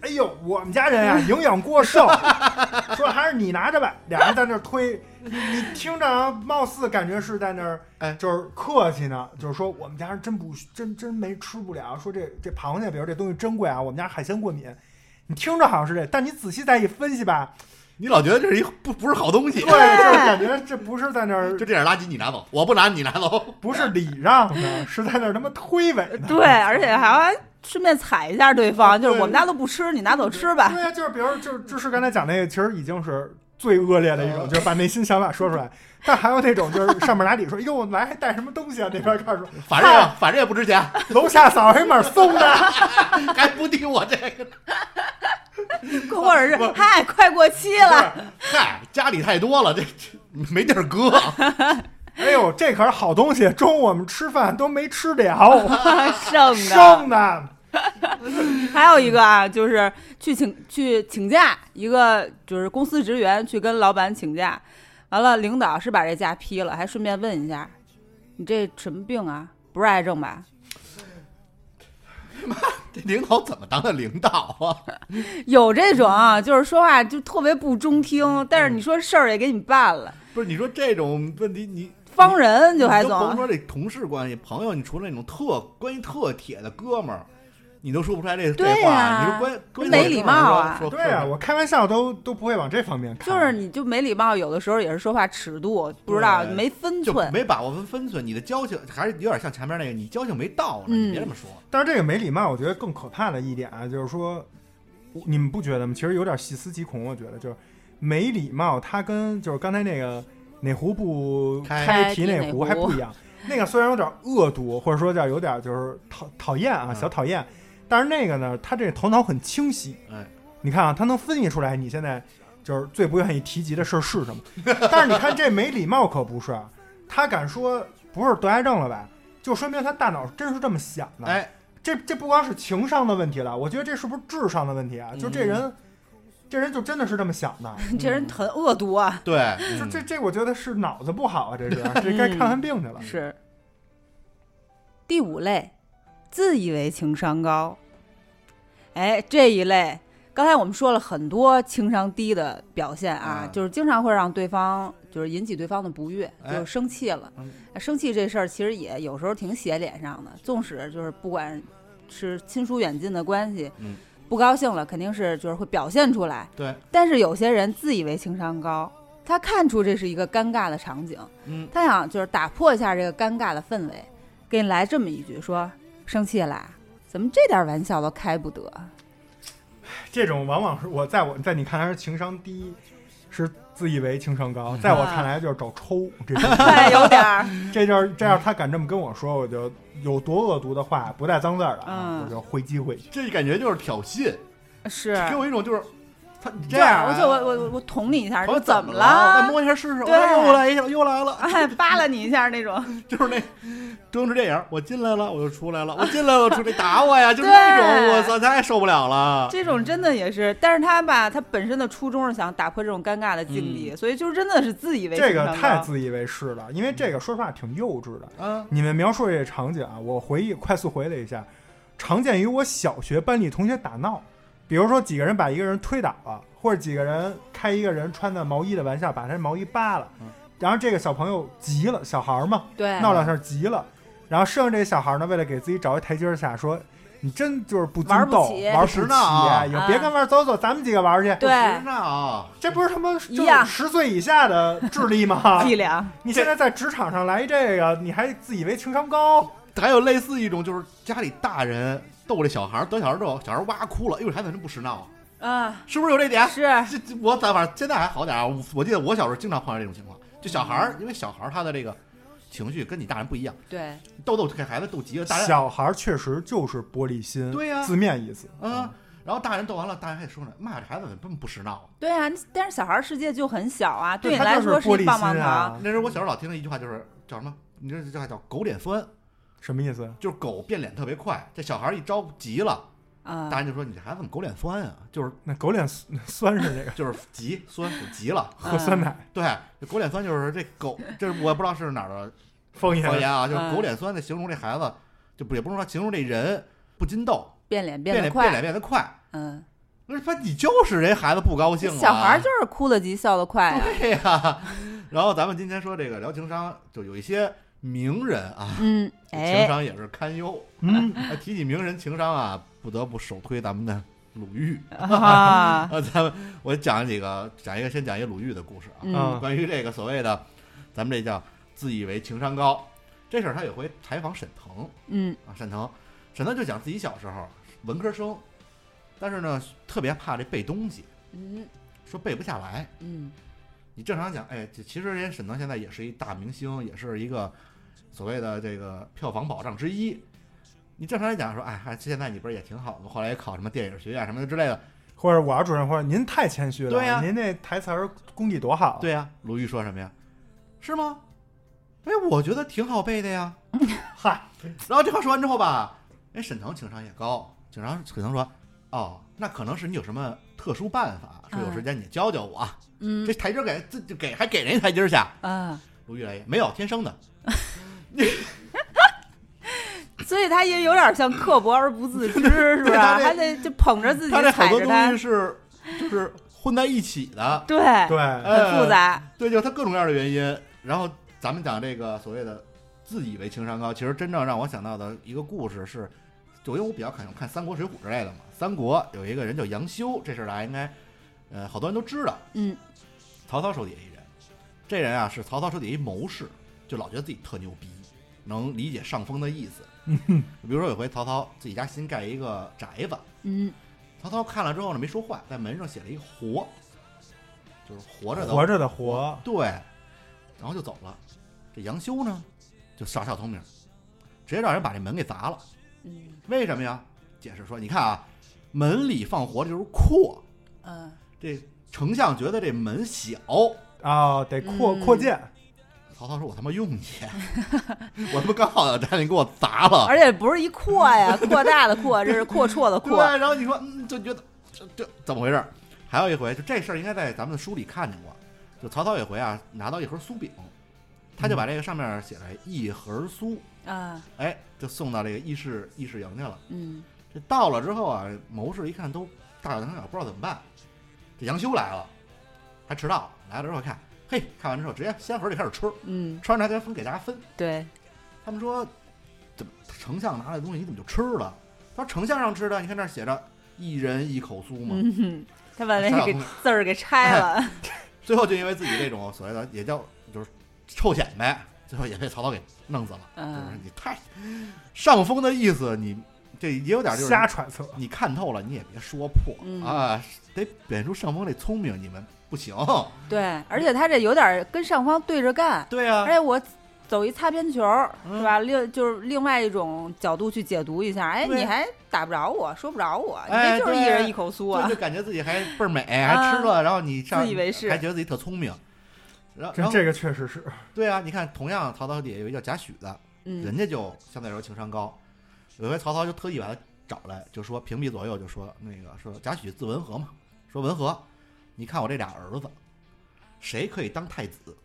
哎呦，我们家人啊，营养过剩， [LAUGHS] 说还是你拿着吧。俩人在那儿推，你你听着啊，貌似感觉是在那儿
哎
就是客气呢，就是说我们家人真不真真没吃不了，说这这螃蟹，比如这东西珍贵啊，我们家海鲜过敏。你听着好像是这，但你仔细再一分析吧，
你老觉得这是一不不是好东西
[LAUGHS] 对，，就是感觉这不是在那儿
[LAUGHS] 就，这点垃圾你拿走，我不拿你拿走，
不是礼让的，是在那儿他妈推诿
[LAUGHS]
呢。
对，而且还要顺便踩一下对方，就是
对
我们家都不吃，你拿走吃吧。
对呀，就是比如就是知识刚才讲那个，其实已经是最恶劣的一
嗯
种，就是把内心想法说出来。但还有那种就是上面拿礼说，哟，来还带什么东西啊？那边开始说，
反
啊
正反正也不值钱， [LAUGHS]
楼下扫黑码送的，
还不抵我这个，
或者是嗨，快过期了，
嗨，家里太多了，这这没地儿搁，
哎呦，这可是好东西，中午我们吃饭都没吃
[LAUGHS]
了，
啊
[LAUGHS]
剩的。
剩的。
还有一个啊，就是去请去请假，一个就是公司职员去跟老板请假，完了领导是把这假批了，还顺便问一下，你这什么病啊？不是癌症吧？
这领导怎么当的领导啊？ [LAUGHS]
有这种啊就是说话就特别不中听，但是
嗯
你说事儿也给你办了，
不是你说这种问题，你
方人就还
你都甭
总
说这同事关系、朋友，你除了那种特关系特铁的哥们儿，你都说不出来这
对
这话，
呀
你说关关系
没礼貌啊
说
对呀、
说
我开玩笑都都不会往这方面看。
就是你就没礼貌，有的时候也是说话尺度不知道
对
没分
就
寸，
没把握分分寸，你的交情还是有点像前面那个，你交情没到呢，
嗯
你别这么说。
但是这个没礼貌，我觉得更可怕的一点啊，就是说，我你们不觉得吗？其实有点细思极恐，我觉得就是没礼貌，它跟就是刚才那个哪壶不
开
提哪壶
开提哪壶
还不一样。那个虽然有点恶毒，或者说叫有点就是讨讨厌啊，
嗯
小讨厌，但是那个呢，他这头脑很清晰。
哎，
你看啊，他能分析出来你现在就是最不愿意提及的事儿是什么。但是你看这没礼貌可不是，啊他敢说不是得癌症了吧，就说明他大脑真是这么想的。
哎，
这这不光是情商的问题了，我觉得这是不是智商的问题啊？就这人，
嗯
这人就真的是这么想的。
[LAUGHS] 这人很恶毒啊，
对，
这
嗯
这这，我觉得是脑子不好
[LAUGHS]
啊，这是这该看看病去了。
嗯
是。第五类，自以为情商高，哎，这一类，刚才我们说了很多情商低的表现啊，
嗯
就是经常会让对方就是引起对方的不悦，
哎
就是生气了。
嗯
生气这事儿其实也有时候挺写脸上的，纵使就是不管是亲疏远近的关系，
嗯
不高兴了肯定是就是会表现出来。
对，
但是有些人自以为情商高，他看出这是一个尴尬的场景，
嗯，
他想就是打破一下这个尴尬的氛围，给你来这么一句说：“生气啦、怎么这点玩笑都开不得
这种往往是我在我在你看来是情商低，是自以为情商高，在我看来就是找抽。这？”
[LAUGHS] 哎，有点儿，
这就是这要是他敢这么跟我说，我就有多恶毒的话，不带脏字儿的啊，
嗯
我就回击回去。
这感觉就是挑衅，
是
给我一种就是他你
这
这样啊，
我就我我我我捅你一下，
朋友
说怎么
么了？再
了？
摸一下试试，
对
哎又来一下，又来了。
[LAUGHS]
[LAUGHS]
哎，扒拉你一下那种，
就是那周星驰电影，我进来了，我就出来了，我进来了，我出来打
[LAUGHS]
我呀，就是那种，
对
我操，太受不了了。
这种真的也是，但是他吧，他本身的初衷是想打破这种尴尬的境地，所以就真的是自以为
这
情
个
商
太
高
自以为是了，因为这个说实话挺幼稚的。
啊，
你们描述这个场景啊，我回忆快速回了一下，常见于我小学班里同学打闹，比如说几个人把一个人推倒了，或者几个人开一个人穿的毛衣的玩笑，把他毛衣扒了
嗯，
然后这个小朋友急了，小孩儿嘛，
对
闹两下急了，然后剩下这小孩儿呢，为了给自己找一台阶儿下，说。你真就是不经
玩不
斗，
起
玩不
不
起
值当啊
也别
啊
跟玩儿走走，咱们几个玩儿去。
对
不知道啊，
这不是他妈
一样
十岁以下的智
[LAUGHS]
力吗？
伎俩，
你现在在职场上来这个，你还自以为情商高？
还有类似一种就是家里大人逗这小孩儿，得小孩儿之后，小孩儿哇哭了，哎呦，孩子真不识闹啊，
啊，
是不是有这点？
是
这这我咱反正现在还好点儿啊，我我记得我小时候经常碰到这种情况，就小孩儿，因为小孩儿他的这个情绪跟你大人不一样，
对，
逗逗给孩子逗急了，大人
小孩儿确实就是玻璃心，
对呀
字面意思。
嗯，然后大人逗完了，大人还得说呢，骂这孩子怎么这么不识闹？
对啊，你但是小孩儿世界就很小啊，对你
他
来
就是
说
玻
一
璃
棒棒
心
糖，
啊，
那时候我小时候老听的一句话就是叫什么？你这这话叫狗脸酸，
什么意思？
就是狗变脸特别快，这小孩儿一着急了，
啊
大人就说你这孩子怎么狗脸酸啊？就是
那狗脸酸 [LAUGHS] 酸是这个
就是急酸，我急
[LAUGHS]
了。
喝
嗯
酸奶
对，这狗脸酸就是这狗，这我也不知道是哪儿的
方
方言
言，
啊，就是
嗯
狗脸酸的形容这孩子，就不也不能说形容这人不禁逗，
变脸
变
得
脸变
快，
脸变得快。
嗯，
那他你就是这孩子不高兴了，啊
小孩儿就是哭得急，笑得快啊，
对呀、 [LAUGHS] 然后咱们今天说这个聊情商，就有一些名人啊，
嗯，
情
哎，
商也是堪忧。
嗯，
那提起名人情商啊，不得不首推咱们的鲁豫
啊，
啊。咱们我讲几个，讲一个先讲一个鲁豫的故事啊，
嗯，
关于这个所谓的咱们这叫自以为情商高这事儿，他有回采访沈腾
嗯，
啊，沈腾，沈腾就讲自己小时候文科生，但是呢特别怕这背东西，
嗯，
说背不下来。
嗯，
你正常讲，哎，这其实人家沈腾现在也是一大明星，也是一个所谓的这个票房保障之一。你正常来讲说，哎，还现在你不是也挺好吗？后来也考什么电影学院什么的之类的。
或者我要主任，或者您太谦虚了，
对呀
您那台词儿功底多好，
对呀、鲁豫说什么呀？是吗？哎，我觉得挺好背的呀。
嗨，
然后这话说完之后吧，哎，沈腾情商也高，经常沈腾说，哦，那可能是你有什么特殊办法，说有时间你教教我啊。
嗯
这，台阶儿给自就给还给人家台阶儿下。
啊，
鲁豫来也没有天生的，
所以他也有点像刻薄而不自知，是不是？
[LAUGHS] 对他这
还得就捧着自己
他这好
踩
多
着他
东西，是就是混在一起的，
对，
对，
很复
哎，
杂，
对，就是他各种各样的原因。然后咱们讲这个所谓的自以为情商高，其实真正让我想到的一个故事是，就因为我比较看看三国、水浒之类的嘛。三国有一个人叫杨修，这事儿大家应该呃好多人都知道。
嗯，
曹操手底下一人，这人啊是曹操手底下一谋士，就老觉得自己特牛逼，能理解上峰的意思。比如说有回曹操自己家新盖一个宅子，
嗯，
曹操看了之后呢，没说话，在门上写了一“活”，就是活着的
活着的活，
对，然后就走了。这杨修呢，就耍小聪明，直接让人把这门给砸了。
嗯，
为什么呀？解释说，你看啊，门里放活的就是阔，
嗯，
这丞相觉得这门小。
啊，得扩
嗯
扩建，
曹操说：“我他妈用你， [LAUGHS] 我他妈刚好要站，你给我砸了。”
而且不是一扩呀，扩大的扩，这是阔绰的
对，
阔，
然后你说，嗯，就觉得这这怎么回事儿？还有一回，就这事儿应该在咱们的书里看见过。就曹操有一回啊，拿到一盒酥饼，他就把这个上面写着“一盒酥
啊，”，
哎，就送到这个议事议事营去了。
嗯，
这到了之后啊，谋士一看都大眼瞪小，不知道怎么办。这杨修来了，还迟到了，来了之后看，嘿，看完之后直接先盒就开始吃，
嗯，
吃完之后还分给大家分。
对，
他们说，怎么丞相拿来的东西你怎么就吃了？他说丞相让吃的，你看这儿写着一人一口酥嘛。
嗯哼，他把
啊
那个字儿给拆
[LAUGHS]
了，
最后就因为自己这种所谓的也叫就是臭显摆，最后也被曹操给弄死了。就是
嗯，
你太上风的意思，你这也有点就是
瞎揣测，
你看透了，你也别说破、
嗯
啊，得表现出上风这聪明，你们不行。
对，而且他这有点跟上方对着干，
对
而
啊，
且我走一擦边球儿，
嗯
是吧？另就是另外一种角度去解读一下，哎，
对
你还打不着我，说不着我，你
哎
这就是一
对
人一口酥
就
啊
就，感觉自己还倍儿美，还吃了，然后你上
自以为是
还觉得自己特聪明。然后然
这
后
这个确实是，
对啊，你看，同样曹操底下有一个叫贾诩的，人
嗯
家就相对来说情商高。有一回曹操就特意把他找来，就说屏蔽左右，就说那个说贾诩字文和嘛，说文和，你看我这俩儿子，谁可以当太子？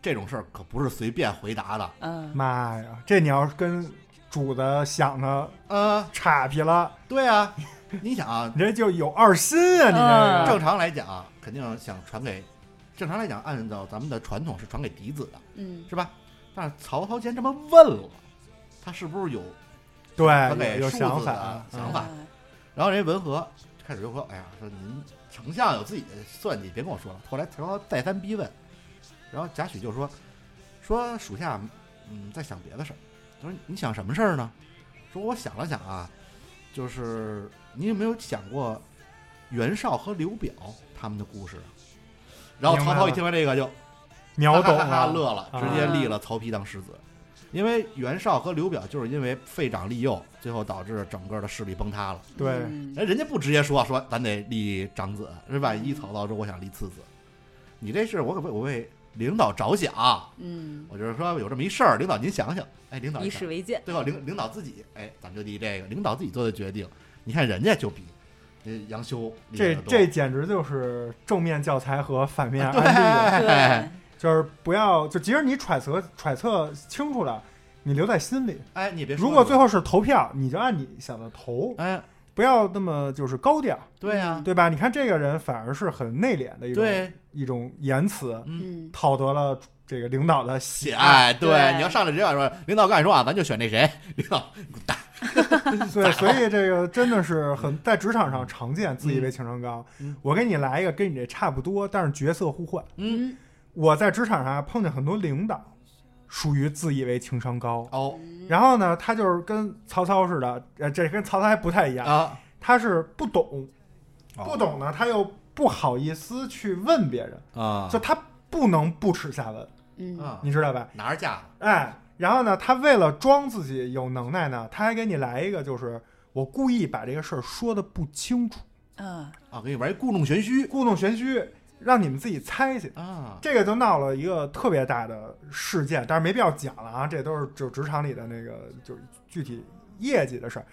这种事儿可不是随便回答的。
嗯
妈呀，这你要是跟主子想的
[LAUGHS] 呃，
岔劈了，
对啊， [LAUGHS] 你想啊，
你这就有二心啊，你这
嗯
个
正常来讲，肯定想传给，正常来讲，按照咱们的传统是传给嫡子的，
嗯
是吧？但是曹操既然这么问了，他是不是有他
对，
给
有
数字的
想法
啊，
嗯
想法然后人家文和开始就说：“哎呀，说您丞相有自己的算计，别跟我说了。”后来曹操再三逼问，然后贾诩就说：“说属下嗯在想别的事儿。”他说：“你想什么事儿呢？”说：“我想了想啊，就是你有没有想过袁绍和刘表他们的故事啊？”然后
明
曹
白
操一
了
听完这个就
秒懂
哈哈哈哈乐了，
啊
直接立了曹丕当世子。因为袁绍和刘表就是因为废长立幼，最后导致整个的势力崩塌了。
对
嗯
哎，人家不直接说说咱得立长子，是吧？一曹操说我想立次子，你这事我可为我为领导着想，
嗯，
我就是说有这么一事儿，领导您想想，哎，领导
以
一
史
想，
为鉴，
最后领领导自己，哎，咱们就立这个，领导自己做的决定，你看人家就比呃杨修厉害
这
得多
这简直就是正面教材和
[LAUGHS]
反面案例的
哎
对，
就是不要，就即使你揣测揣测清楚了，你留在心里。
哎，你别说，
如果最后是投票，你就按你想的投，
哎，
不要那么就是高调，
对呀、
对吧？你看这个人反而是很内敛的一种
对，
一种言辞，
嗯。
嗯，
讨得了这个领导的喜
喜
爱。
爱哎对
对
你要上来直接说，领导跟你说啊，咱就选那谁，领导 [LAUGHS]
对，所以这个真的是很在职场上常见，自以为情商高
嗯嗯。
我给你来一个跟你这差不多，但是角色互换。
嗯，
我在职场上碰见很多领导，属于自以为情商高，
哦
然后呢，他就是跟曹操似的，呃，这跟曹操还不太一样，
啊，
他是不懂，
哦
不懂呢，他又不好意思去问别人，
啊
就他不能不耻下问，
嗯，
啊，
你知道吧？
拿着架子，
哎，然后呢，他为了装自己有能耐呢，他还给你来一个，就是我故意把这个事儿说的不清楚，
嗯，
啊，给你玩一故弄玄虚
故弄玄虚，让你们自己猜去。
啊，
这个就闹了一个特别大的事件，但是没必要讲了啊，这都是就职场里的那个就是具体业绩的事儿。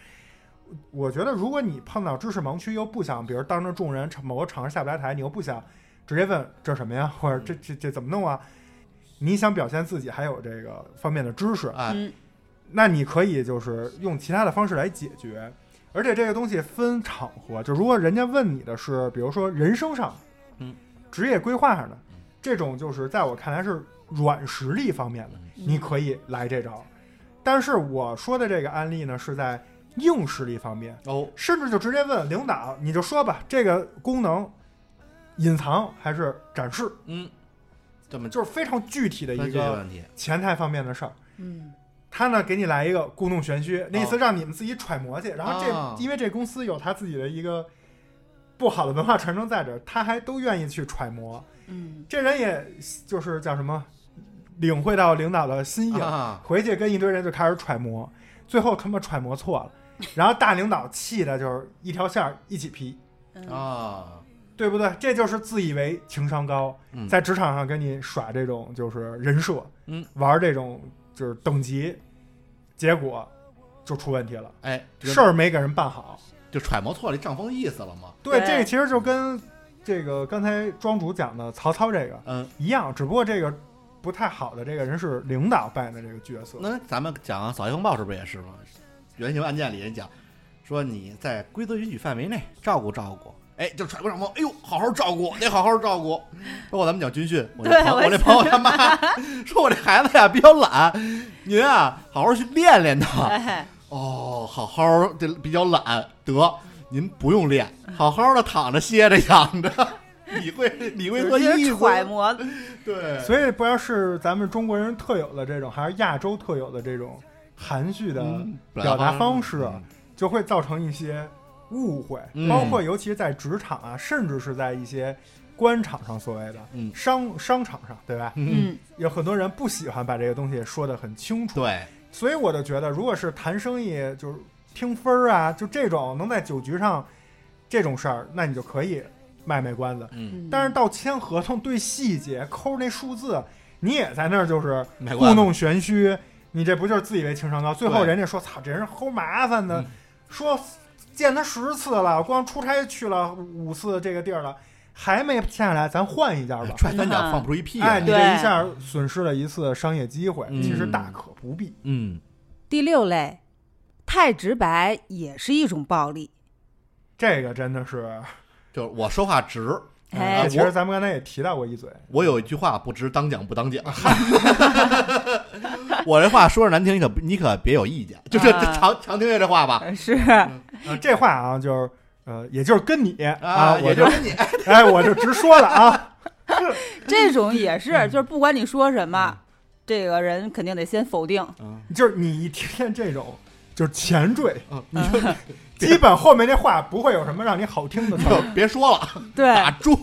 我觉得，如果你碰到知识盲区，又不想，比如当着众人某个场合下不来台，你又不想直接问这什么呀，或者这这这怎么弄啊？你想表现自己还有这个方面的知识，
哎，
嗯
那你可以就是用其他的方式来解决。而且这个东西分场合，就如果人家问你的是，比如说人生上，
嗯，
职业规划上的
嗯，
这种就是在我看来是软实力方面的，
嗯
你可以来这招。但是我说的这个案例呢，是在硬实力方面，
哦，
甚至就直接问领导，你就说吧，这个功能隐藏还是展示，
嗯，这么
就是非常具体的
那
一
这个
个
问题，
前台方面的事儿。
嗯
他呢给你来一个故弄玄虚，那意思
哦
让你们自己揣摩去。然后这、
哦
因为这公司有他自己的一个不好的文化传承在这儿，他还都愿意去揣摩。
嗯
这人也就是叫什么，领会到领导的心意了，
啊，
回去跟一堆人就开始揣摩，最后他妈揣摩错了，然后大领导气的就是一条线儿一起劈，
嗯
啊，
对不对？这就是自以为情商高，
嗯
在职场上跟你耍这种就是人设，
嗯，
玩这种就是等级，结果就出问题了，
哎，这个
事儿没给人办好。
就揣摩错了这账风意思了嘛，
对，
对
这个其实就跟这个刚才庄主讲的曹操这个
嗯，
一样，只不过这个不太好的这个人是领导扮演的这个角色。
那咱们讲《扫黑风暴》是不是也是嘛？原型案件里人讲说你在规则允许范围内照顾照顾。哎，就揣摩揣摩，哎呦，好好照顾，得好好照顾。包括咱们讲军训，我这
对
朋友
我
我这朋友他妈 [LAUGHS] 说我这孩子呀比较懒，您啊好好去练练他。
哎，
哦，好好的比较懒，得您不用练，
嗯
好好的躺着歇着
[LAUGHS]
养着，理会理会做
就是
意思，嗯
揣摩，
对，
所以不知道是咱们中国人特有的这种，还是亚洲特有的这种含蓄的
嗯
表达方式，
嗯
就会造成一些误会，
嗯
包括尤其是在职场啊，甚至是在一些官场上所谓的、
嗯
商商场上，对吧？
嗯，
嗯
有很多人不喜欢把这个东西说得很清楚，
对，
所以我就觉得，如果是谈生意，就是听分儿啊，就这种能在酒局上这种事儿，那你就可以卖卖关子。
嗯，
嗯，
但是到签合同对细节抠那数字，你也在那儿就是
卖瓜
故
子
弄玄虚，你这不就是自以为情商高？最后
对
人家说：“操，这人齁麻烦的
嗯，
说见他十次了，光出差去了五次这个地儿了，还没下来，咱换一家吧。
踹三
嗯
脚放哎不出一屁”来
哎，你，这
对
一下损失了一次商业机会，
嗯
其实大可不必。
嗯，
第六类，太直白也是一种暴力。
这个真的是
就是我说话直，
哎
啊其实咱们刚才也提到过一嘴，
我有一句话不知当讲不
[LAUGHS]
当讲，我这话说着难听，你可你可别有意见，就这
啊
常常听见这话吧。
[LAUGHS] 是
啊，这话啊，就是呃，也就是跟你啊，我
也
就
就跟你，
哎，我就直说了啊，
这种也是，就是不管你说什么，这个人肯定得先否定。
就是你一听见这种就是前缀，
嗯
你就基本后面这话不会有什么让你好听的词
嗯
就
儿。
别说
[LAUGHS]
了，
对，
打住。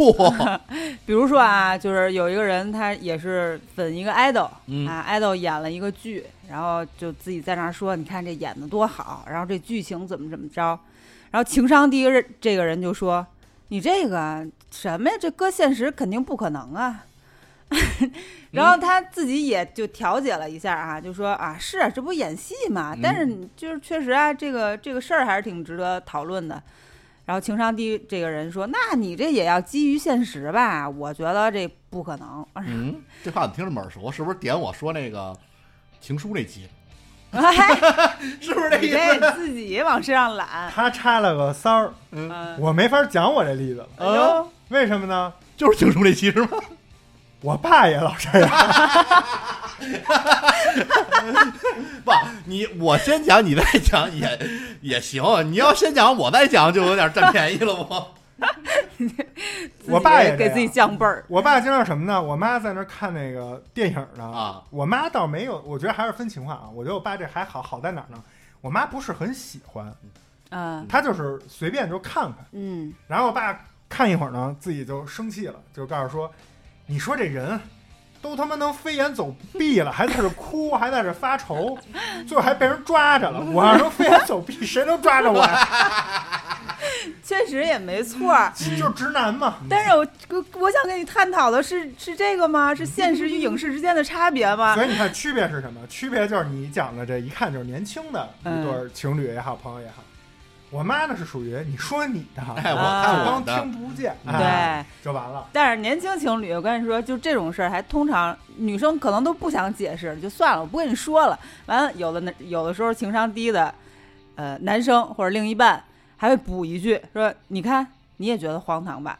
比如说啊，就是有一个人他也是粉一个 idol
嗯
啊，idol 演了一个剧，然后就自己在那儿说，你看这演的多好，然后这剧情怎么怎么着，然后情商低人这个人就说，你这个什么呀，这搁现实肯定不可能啊。
嗯
[LAUGHS] 然后他自己也就调解了一下啊，就说啊，是啊这不演戏嘛，但是
嗯
你就是确实啊，这个这个事儿还是挺值得讨论的。然后情商低这个人说：“那你这也要基于现实吧？我觉得这不可能。 [LAUGHS]
嗯，这话怎么听着蛮耳熟？是不是点我说那个情书那集？
哎，
[LAUGHS] 是
[LAUGHS]
不是这
你
意思？
这自己往身上揽，
他插了个三儿，
嗯，
我没法讲我这例子了，
哎呦，
为什么呢？
[LAUGHS] 就是情书那集是吗？
我爸也老这样，
[LAUGHS] 不，你我先讲，你再讲也 [LAUGHS] 也行。你要先讲，我再讲就有点占便宜了我。
自己
我爸也这
给
样
自己降辈儿，
我爸经常什么呢？我妈在那儿看那个电影呢。
啊
我妈倒没有，我觉得还是分情况啊。我觉得我爸这还好，好在哪儿呢？我妈不是很喜欢，
嗯
她就是随便就看看。
嗯，
然后我爸看一会儿呢，自己就生气了，就告诉说：“你说这人都他妈能飞檐走壁了，还在这哭，还在这发愁， [LAUGHS] 最后还被人抓
[LAUGHS]
着了。我要能飞檐走壁，谁能抓着我 [LAUGHS] 呀？
确实也没错儿。
就是直男嘛。
但是我我我想跟你探讨的是是这个吗？是现实与影视之间的差别吗？
所以你看区别是什么？区别就是你讲的这一看就是年轻的一
嗯
对儿情侣也好，朋友也好。我妈呢是属于你说你的，
哎，我
啊
看
当
我的，
听不见，哎，
对，
就完了。
但是年轻情侣，我跟你说，就这种事儿，还通常女生可能都不想解释，就算了，我不跟你说了。完了，有的那有的时候情商低的，呃，男生或者另一半还会补一句说：“你看，你也觉得荒唐吧？”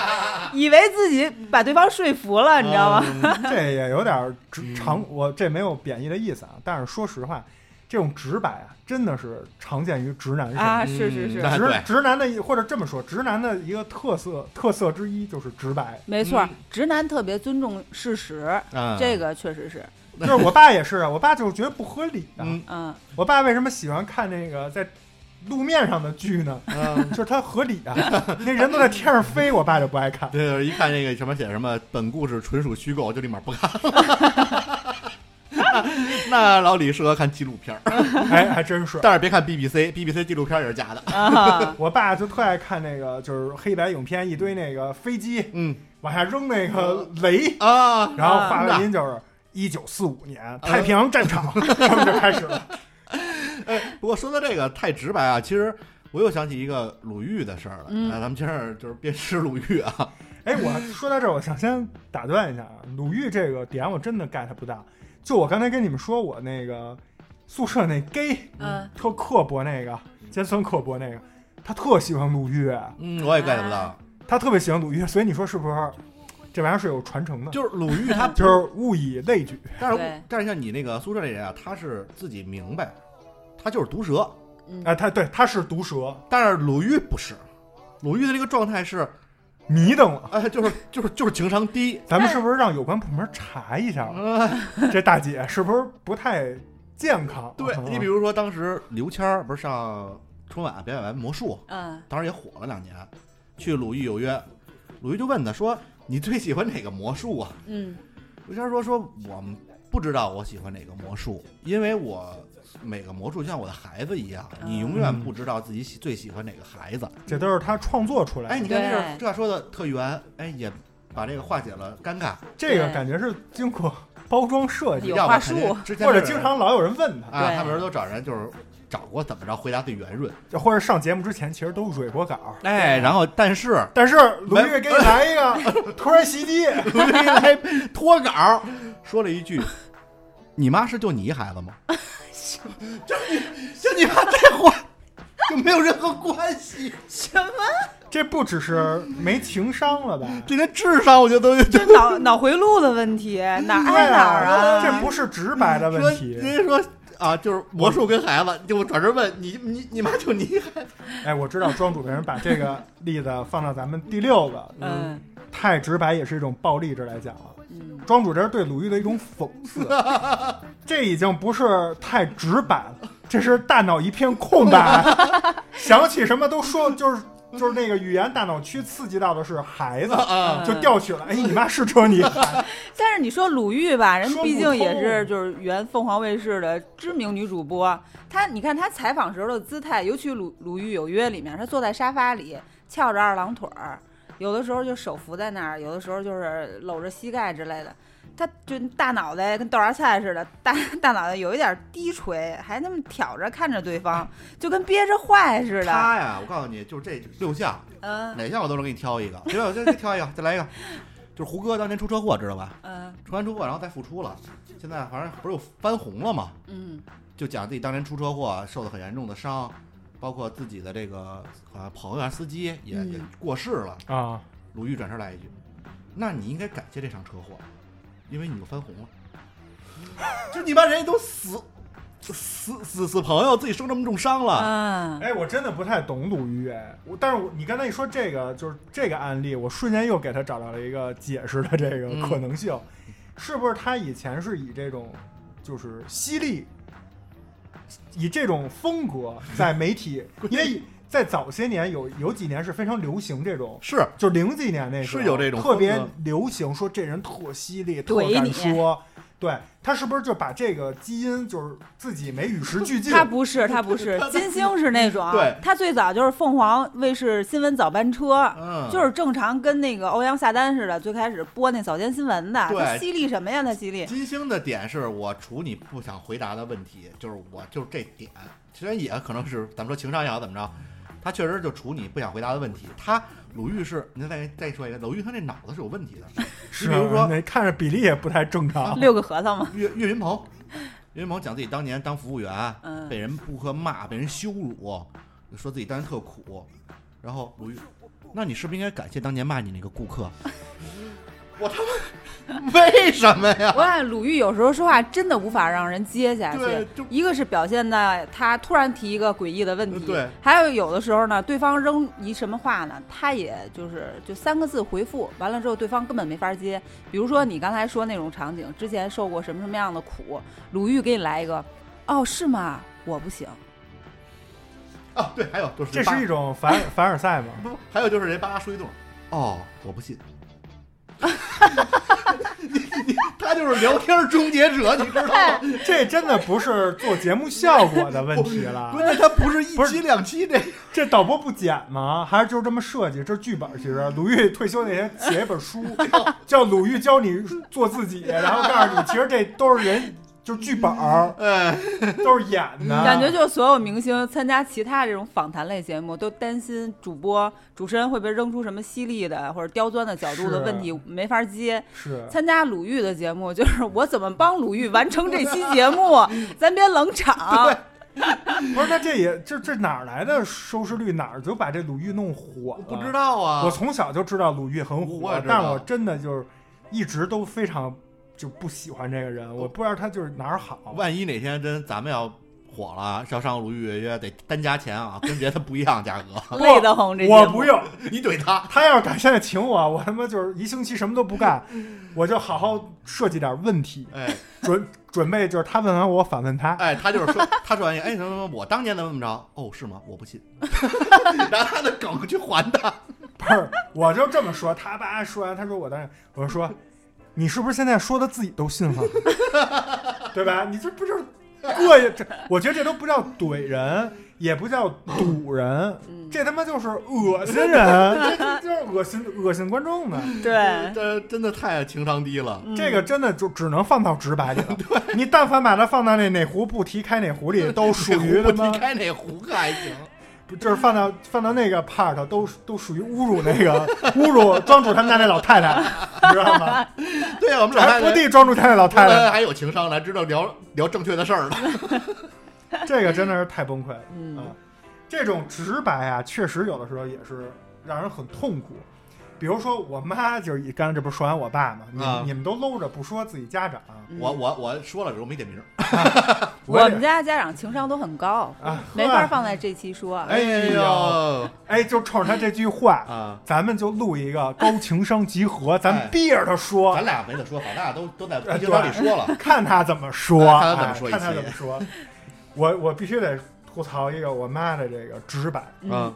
[LAUGHS] 以为自己把对方说服了， [LAUGHS] 你知道吗？
吗？
这也有点儿直
嗯
常，我这没有贬义的意思啊。但是说实话，这种直白啊，真的是常见于直男身上。
啊，是是是，
嗯
直
对
直男的一或者这么说，直男的一个特色特色之一就是直白。
没错
嗯，
直男特别尊重事实，
嗯，
这个确实是，
就是我爸也是啊，我爸就是觉得不合理的。
嗯
[LAUGHS] 嗯
我爸为什么喜欢看那个在路面上的剧呢？
嗯， [LAUGHS]
就是它合理啊，那人都在天上飞，我爸就不
[LAUGHS]
爱看。
对，一看那个什么写什么，本故事纯属虚构，就立马不看了。 [LAUGHS] 那老李适合看纪录片儿，
哎，还真是。，
但是别看 BBC，BBC 纪录片儿也是假的。
啊 [LAUGHS]
我爸就特爱看那个，就是黑白影片，一堆那个飞机
嗯
往下扔那个雷，
啊，
然后画外音就是一九四五年太平洋战场， [LAUGHS] 他们就开始了。
不过说到这个太直白啊，其实我又想起一个鲁豫的事儿了。
嗯
那咱们今儿就是别吃鲁豫啊。
哎，我说到这儿，我想先打断一下啊，鲁豫这个点我真的 get 不到。就我刚才跟你们说，我那个宿舍那 gay
嗯
特刻薄那个，尖酸刻薄那个，他特喜欢鲁豫，
嗯，我也 get 不到，
他特别喜欢鲁豫，所以你说是不是这玩意儿是有传承的？，
就是鲁豫他
就是物以类聚，
但是
对
但是像你那个苏浙那人啊，他是自己明白，他就是毒舌，
嗯
啊，他对他是毒蛇，
但是鲁豫不是。鲁豫的这个状态是，
迷瞪了。
哎，就是就是就是情商低，
咱们是不是让有关部门查一下？
呃， [LAUGHS]
这大姐是不是不太健康？
对
[LAUGHS] 嗯
你比如说当时刘谦儿不是上春晚表演完魔术，
嗯
当时也火了两年，去鲁豫有约，鲁豫就问他说：“你最喜欢哪个魔术啊？”
嗯
刘谦说：“说我们不知道我喜欢哪个魔术，因为我每个魔术就像我的孩子一样，你永
嗯
远不知道自己喜最喜欢哪个孩子。
这都是她创作出来的。
哎，你看这
对
事这话说的特圆，哎，也把这个化解了尴尬。
这个感觉是经过包装设计
有，
要不
话
肯定
术
之前
或者
就有
经
人
常老有人问她，
啊，
对
他们人都找人就是找过怎么着回答最圆润。
或者上节目之前其实都蕊过稿。
哎，然后但是 [LAUGHS]
但是鲁豫给你来一个突然袭击，
刘谦还脱稿，说了一句：“你妈是就你一孩
[LAUGHS]
子吗？”就你就你妈这话就没有任何关系。
什么？
这不只是没情商了吧？
这连智商我觉得都有
[LAUGHS] 这脑脑回路的问题，哪儿
嗯对
挨哪儿啊？
这不是直白的
说
问题。
人家说啊，就是魔术跟孩子，就我转身问你，你你妈就你 [LAUGHS] 孩子，
哎，我知道庄主为什么把这个例子放到咱们第六个，
嗯
太直白也是一种暴力，这来讲了。
嗯，
庄主这是对鲁豫的一种讽刺，这已经不是太直白了，这是大脑一片空白， [LAUGHS] 想起什么都说，就是就是那个语言大脑区刺激到的是孩子，
啊
嗯
就调取了。哎，你妈是说你
但是你说鲁豫吧，人
说不
毕竟也是
通
就是原凤凰卫视的知名女主播，她你看她采访时候的姿态，尤其鲁鲁豫有约里面，她坐在沙发里翘着二郎腿儿，有的时候就手扶在那儿，有的时候就是搂着膝盖之类的。她就大脑袋跟豆芽菜似的，大大脑袋有一点低垂，还那么挑着看着对方，就跟憋着坏似的。
他呀，我告诉你，就是这六项，
嗯
哪项我都能给你挑一个，对吧？我再再挑一个，再来一个。就是胡歌当年出车祸，知道吧？
嗯
出完车祸，然后再复出了。现在反正不是又翻红了嘛，
嗯
就讲自己当年出车祸受的很严重的伤，包括自己的这个好像朋友啊司机也、
嗯
也过世了。
啊，
鲁豫转身来一句：“那你应该感谢这场车祸，因为你又翻红了。 [LAUGHS] 就你妈人家都死死死死朋友，自己受这么重伤了，
嗯，
哎，我真的不太懂鲁豫，哎，我但是我你刚才一说这个，就是这个案例，我瞬间又给他找到了一个解释的这个
嗯
可能性，是不是他以前是以这种就是犀利，以这种风
[LAUGHS]
格在媒体，因为在早些年有有几年是非常流行这种。
是
就零几年那时候
是有这种
特别
风格
流行，说这人特犀利，特
怼
敢
你
说，对他是不是就把这个基因就是自己没与时俱进？
他不
[LAUGHS]
是，他不是，金星是那种，啊
对
他最早就是凤凰卫视新闻早班车，
嗯，
就是正常跟那个欧阳夏丹似的，最开始播那早间新闻的，
对
他犀利什么呀？他犀利，
金星的点是我除你不想回答的问题，就是我就是这点，虽然也可能是咱们说情商也好怎么着。”他确实就除你不想回答的问题，他鲁豫是，您再再说一遍，鲁豫他这脑子是有问题的。
是，
你比如说
那看着比例也不太正常。
六个核桃
[LAUGHS]
嘛，
岳岳云鹏，岳云鹏讲自己当年当服务员，
嗯
被人不喝骂，被人羞辱，说自己当年特苦。然后鲁豫，那你是不是应该感谢当年骂你那个顾客？ [LAUGHS] 我他妈为什么呀？
我看鲁豫有时候说话真的无法让人接下去
对就，
一个是表现在他突然提一个诡异的问题，
对
还有有的时候呢，对方扔一什么话呢，他也就是就三个字回复，完了之后对方根本没法接。比如说你刚才说那种场景，之前受过什么什么样的苦，鲁豫给你来一个，哦是吗？我不行，
啊，对，还有就是
这
八
是一种凡凡尔赛嘛？
不，还有就是人巴拉说一顿，哦，我不信。 [LAUGHS] 你你他就是聊天终结者，你知道吗？
这真的不是做节目效果的问题了
关。键他 [LAUGHS] 不是一
不
期
是
两期这
这导播不剪吗？还是就是这么设计？这剧本其实鲁豫退休那天写一本
[LAUGHS]
书，
哎
叫《鲁豫教你做自己》，然后告诉你，其实这都是人，就是剧本儿，
哎，
都是演
[LAUGHS]
的。
感觉就所有明星参加其他这种访谈类节目，都担心主播主持人会被扔出什么犀利的或者刁钻的角度的
是
问题没法接。
是
参加鲁豫的节目， [LAUGHS] 就是我怎么帮鲁豫完成这期节
[LAUGHS]
目，咱别冷场。
不是？那这也这这哪儿来的收视率？哪儿就把这鲁豫弄火了？
不知道啊。
我从小就知道鲁豫很
我也
火
知，道
但我真的就是一直都非常就不喜欢这个人，我不知道他就是哪儿好。
万一哪天真咱们要火了，要上鲁豫违约得单加钱啊， [LAUGHS] 跟别的不一样价格， [LAUGHS]
累得慌，这节目
我不用，
你怼他。
他要是敢现在请我，我他妈就是一星期什么都不
[LAUGHS]
干，我就好好设计点问题，
哎
准准备就是他问完我反问他。
哎，他就是说， [LAUGHS] 他说完一个，哎什么什么，我当年怎么怎么着？哦，是吗？我不信， [LAUGHS] 拿他的梗去还他。
不是， [LAUGHS] 我就这么说。他爸说完，他说我当然，我就说，你是不是现在说的自己都信了， [LAUGHS] 对吧？你这不就是过意？这我觉得这都不叫怼人，也不叫堵人，
嗯
这他妈就是恶心人，这这就是恶心恶心观众呢。
对，
这真的太情商低了。
这个真的就只能放到直白里了。
[LAUGHS]
你但凡把它放到那哪壶不提开哪壶里，都 [LAUGHS] 属于他
我
妈
离开那 [LAUGHS] 胡子还行，
就是放到放到那个 part 都都属于侮辱那个侮辱庄主他们家那老太太，你知道吗？
对啊，我们 [LAUGHS] 老
还
太
不
太
地庄主太太老
[LAUGHS]
太太，
还有情商来知道聊聊正确的事儿了。
这个真的是太崩溃了。
嗯
啊，这种直白啊，确实有的时候也是让人很痛苦。比如说，我妈就是一刚才这不是说完我爸吗？你、
啊
你们都搂着不说自己家长，啊
我我我说了，只是我没点名。
我
也
们家家长情商都很高，
啊，
嗯没法
呵。
放在这期说。
哎呦
哎，就冲着他这句话，
啊，哎
咱们就录一个高情商集合，咱们逼着他说，
咱俩没得说，咱俩都都
哎
在不经道里说了。
看他怎么说，
看他怎么说
哎
一
看他
期
怎么说。我我必须得吐槽一个我妈的这个直白，
嗯，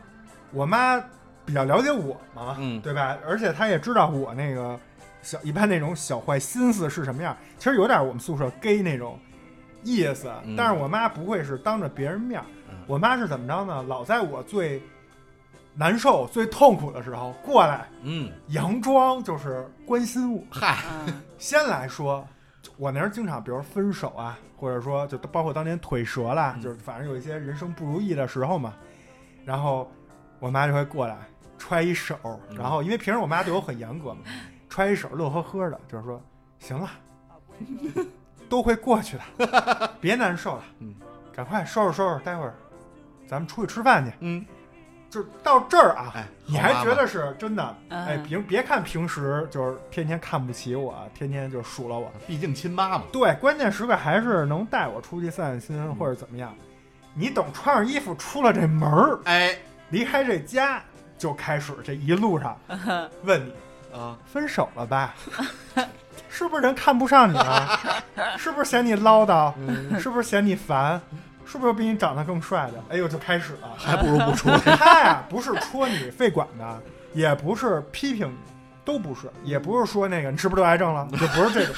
我妈比较了解我嘛，
嗯
对吧？而且她也知道我那个小一般那种小坏心思是什么样，其实有点我们宿舍 gay 那种意思，啊
嗯
但是我妈不会是当着别人面儿，
嗯
我妈是怎么着呢？老在我最难受、最痛苦的时候过来，
嗯，
佯装就是关心我。
嗨，
嗯
先来说，我那时候经常，比如分手啊，或者说就包括当年腿折啦，
嗯
就是反正有一些人生不如意的时候嘛。然后我妈就会过来揣一手，
嗯
然后因为平时我妈对我很
[LAUGHS]
严格嘛，揣一手乐呵呵的，就是说行了， [LAUGHS]
[LAUGHS]
都会过去的，别难受了，
嗯，
赶快收拾收拾，待会儿咱们出去吃饭去。
嗯，
就是到这儿啊，
哎，
你还
好妈
觉
妈
得是真的？
嗯
哎，平别看平时就是天天看不起我，天天就数落我。
毕竟亲妈嘛，
对，关键时刻还是能带我出去散散
嗯
心，或者怎么样。你等穿上衣服出了这门儿，
哎
离开这家，就开始这一路上问你
啊，
分手了吧？ [LAUGHS] 是不是人看不上你了？是不是嫌你唠叨？
嗯
是不是嫌你烦？是不是比你长得更帅的？哎呦，就开始了。
还不如不出。
他呀不是戳你肺管的，也不是批评你，都不是，也不是说那个你是不是得癌症了，就不是这种。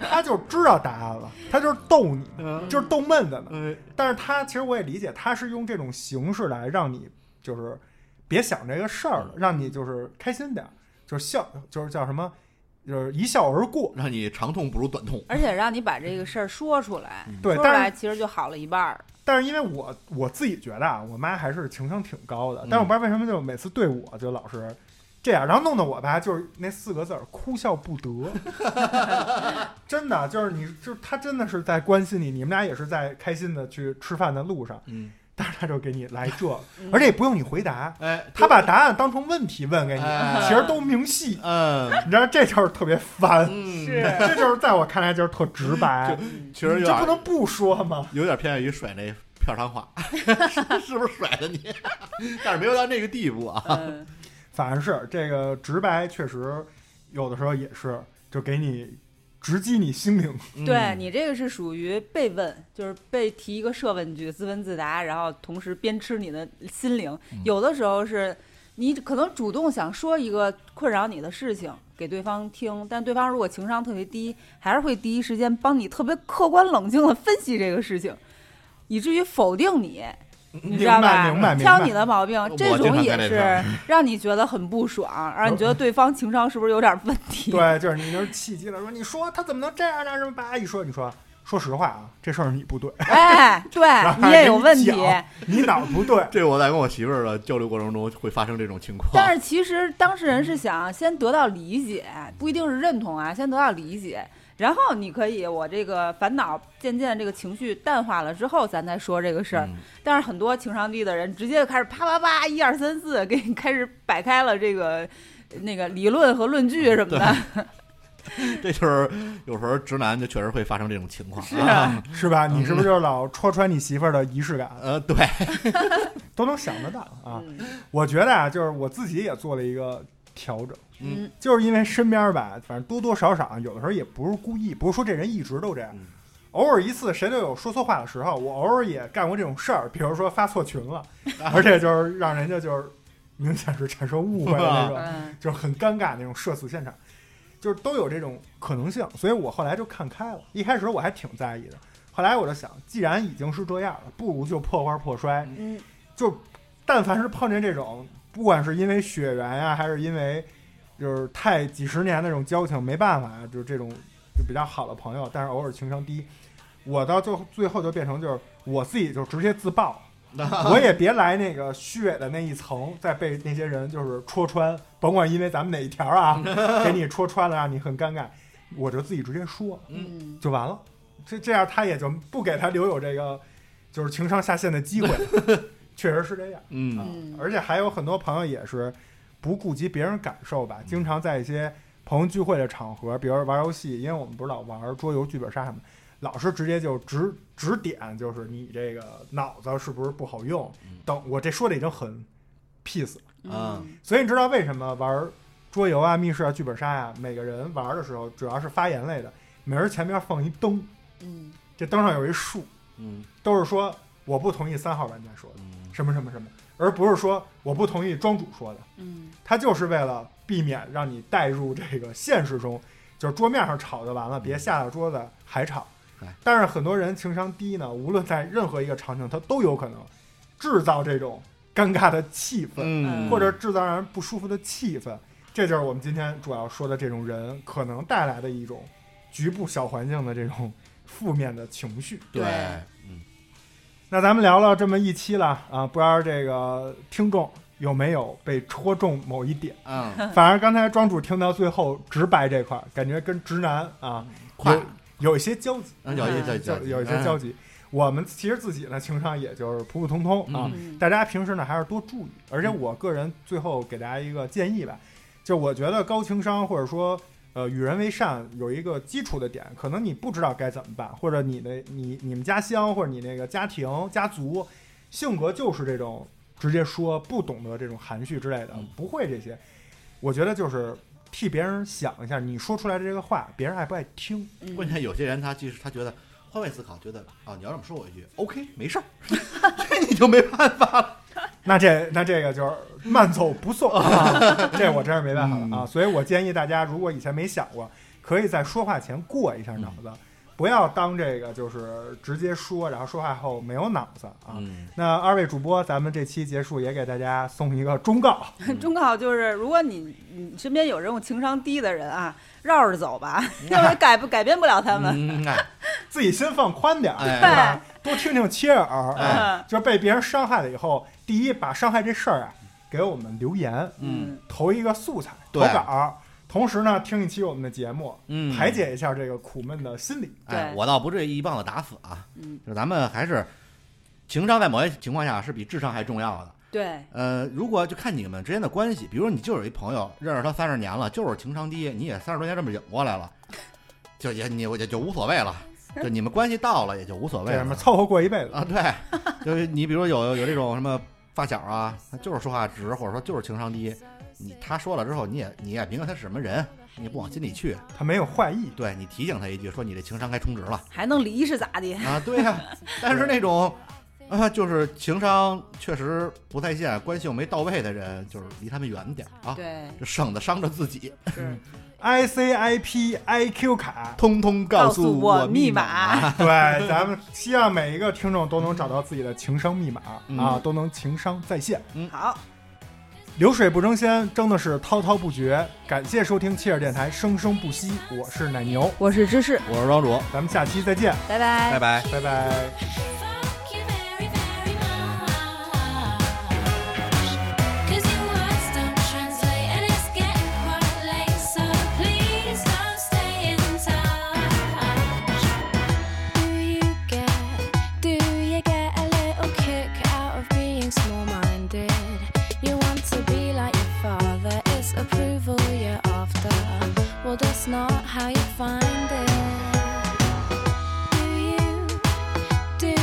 他就知道答案了，他就是逗你，就是逗闷子呢。
哎
但是他其实我也理解，他是用这种形式来让你就是别想这个事儿了，让你就是开心点儿，就是笑，就是叫什么，就是一笑而过。
[LAUGHS] 让你长痛不如短痛。
而且让你把这个事儿说出来，说
对，
出
但是
来其实就好了一半儿。
但是因为我我自己觉得啊，我妈还是情商挺高
嗯
的，但是我不知道为什么就每次对我就老是这样，然后弄得我吧就是那四个字儿哭笑不
[LAUGHS]
得，真的就是你就是她真的是在关心你，你们俩也是在开心的去吃饭的路上，
嗯，
但是她就给你来这，
嗯
而且也不用你回答，
哎，
她把答案当成问题问给你，
哎
其实都明细，
[LAUGHS] 嗯
你知道这就是特别烦，
嗯，
这就是在我看来就是特直
[LAUGHS]
白，
确嗯实有
你这不
点
能不说吗？
有点偏向于甩那片儿汤话， [LAUGHS] 是不是甩的你？ [LAUGHS] 但是没有到那个地步啊。
嗯，
反正是这个直白，确实有的时候也是就给你直击你
[LAUGHS]
心灵。
对
嗯
你这个是属于被问，就是被提一个设问句，自问自答，然后同时鞭笞你的心灵。
嗯
有的时候是你可能主动想说一个困扰你的事情给对方听，但对方如果情商特别低，还是会第一时间帮你特别客观冷静的分析这个事情，以至于否定你。你知道吧？
嗯明白明白
挑你的毛病
白，
这种也
我经常干这事
是
儿
让你觉得很不爽，让你觉得对方情商是不是有点问题？
嗯对，就是你就是气急了，说你说他怎么能这样呢？什么吧？一说你说，说实话啊，这事儿你不对，
哎，
[LAUGHS] 然
对
后
你也有问题
还。给你讲，你哪儿不对？
这我在跟我媳妇儿的交流过程中会发生这种情况。
但是其实 [LAUGHS] 当事人是想先得到理解，不一定是认同啊，先得到理解，然后你可以我这个烦恼渐渐这个情绪淡化了之后，咱再说这个事儿。
嗯
但是很多情商低的人直接就开始啪啪啪一二三四，给你开始摆开了这个那个理论和论据什么的。
这就是有时候直男就确实会发生这种情况。
[LAUGHS] 是
啊，
是吧？你是不是就是老戳穿你媳妇儿的仪式感，
呃，对，
都能想得到啊？
嗯
我觉得啊，就是我自己也做了一个调整。
嗯
就是因为身边吧，反正多多少少有的时候也不是故意，不是说这人一直都这样
嗯，
偶尔一次谁都有说错话的时候，我偶尔也干过这种事儿，比如说发错群了， [LAUGHS] 而且就是让人家就是明显是产生误会的那种，
嗯
就是很尴尬那种社死现场，就是都有这种可能性，所以我后来就看开了。一开始我还挺在意的，后来我就想，既然已经是这样了，不如就破罐破摔，
嗯
就但凡是碰见这种，不管是因为血缘呀、还是因为就是太几十年那种交情，没办法，就是这种就比较好的朋友，但是偶尔情商低， [LAUGHS] 我到最后最后就变成就是我自己就直接自爆，我也别来那个虚伪的那一层，再被那些人就是戳穿，甭管因为咱们哪一条啊，给你戳穿了，让你很尴尬，我就自己直接说
嗯
就完了，这这样他也就不给他留有这个就是情商下线的机会。确实是这样。
嗯
嗯
而且还有很多朋友也是不顾及别人感受吧，经常在一些朋友聚会的场合，比如玩游戏，因为我们不是老玩桌游、剧本杀什么，老师直接就指指点，就是你这个脑子是不是不好用
嗯？
等我这说的已经很 peace 了，
啊
嗯
所以你知道为什么玩桌游啊、密室啊、剧本杀呀、每个人玩的时候主要是发言类的，每人前面放一灯，
嗯
这灯上有一竖，
嗯
都是说我不同意三号玩家说的
嗯
什么什么什么，而不是说我不同意庄主说的。
嗯
它就是为了避免让你带入这个现实中，就是桌面上吵就完了，别下了桌子还吵
对。
但是很多人情商低呢，无论在任何一个场景，他都有可能制造这种尴尬的气氛，
嗯，
或者制造让人不舒服的气氛。这就是我们今天主要说的这种人可能带来的一种局部小环境的这种负面的情绪。
对
对，
嗯
那咱们聊了这么一期了啊，不知道这个听众有没有被戳中某一点？
[LAUGHS]
嗯，
反而刚才庄主听到最后直白这块儿，感觉跟直男啊
快
有有一些交集，
嗯有一些交
交
集
啊有一些交集。我们其实自己呢情商也就是普普通通啊，
嗯
大家平时呢还是多注意。
嗯
而且我个人最后给大家一个建议吧，就我觉得高情商或者说呃与人为善有一个基础的点，可能你不知道该怎么办，或者你的你你们家乡或者你那个家庭家族性格就是这种直接说不懂得这种含蓄之类的
嗯，
不会这些。我觉得就是替别人想一下，你说出来的这个话，别人爱不爱听？
嗯
关键有些人他即使他觉得换位思考，觉得啊，你要这么说我一句，OK，没事儿， [LAUGHS] 这你就没办法
那这那这个就是慢走
[LAUGHS]
不送，啊、这我真是没办法了
嗯
啊！所以我建议大家，如果以前没想过，可以在说话前过一下脑
嗯
子，不要当这个就是直接说，然后说话后没有脑子啊。
嗯
那二位主播，咱们这期结束也给大家送一个忠告，
忠告就是，如果你你身边有这种情商低的人啊，绕着走吧，因为改不改变不了他们。
嗯，哎，
自己心放宽点儿，
哎
对吧？多听听切耳啊，
哎
就是被别人伤害了以后，第一把伤害这事儿啊，给我们留言，
嗯
投一个素材投
对
稿儿，同时呢听一期我们的节目，
嗯，
排解一下这个苦闷的心理。
哎，
对
我倒不至于一棒子打死啊，
嗯，
就咱们还是情商在某些情况下是比智商还重要的。
对，
呃，如果就看你们之间的关系，比如你就有一朋友认识他三十年了，就是情商低，你也三十多年这么忍过来了，就也你我也就无所谓了，就你们关系到了也就无所
这
谓
什
了
么凑合过一辈子？
啊，对，就是你比如有有这种什么发小啊，他就是说话直，或者说就是情商低，你他说了之后，你也你也明白他是什么人，你也不往心里去，
他没有坏意，
对你提醒他一句，说你这情商该充值了。
还能离是咋的？
啊，对呀、但是那种啊，就是情商确实不在线，关系又没到位的人，就是离他们远点儿啊，
[LAUGHS] 对，
就省得伤着自己。。
是
ICIP IQ 卡
通通
告
诉
诉我
密
密码。
对，咱们希望每一个听众都能找到自己的情商密码
嗯
啊，都能情商在线。
好，
流水不争先，争的是滔滔不绝。感谢收听切尔电台，生生不息。我是奶牛，
我是芝士，
[LAUGHS] 我是庄主，
咱们下期再见，
拜拜
拜。拜。
拜拜。
Fuck you very, very much. 'Cause your words don't translate, and it's getting quite late. So please don't stay in touch. Do you get? Do you get a little kick out of being small-minded? You want to be like your father. It's approval you're after. Well, that's not how you find it. Do you? Do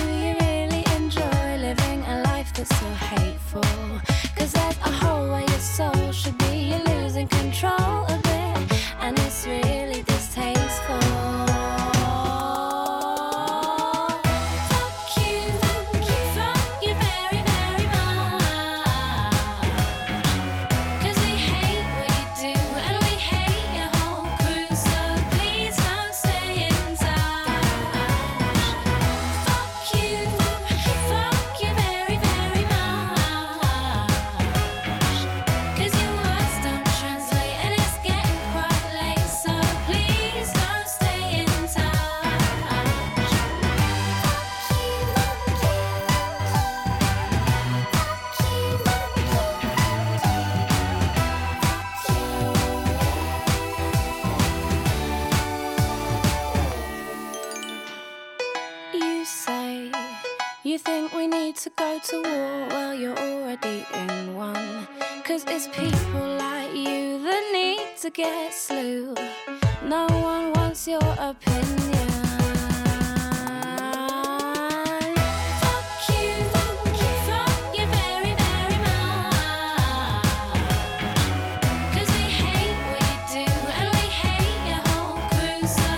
think we need to go to war? Well, you're already in one. Cause it's people like you that need to get slew. No one wants your opinion. Fuck you, fuck you, fuck you very, very much. Cause we hate what you do, and we hate your whole crew so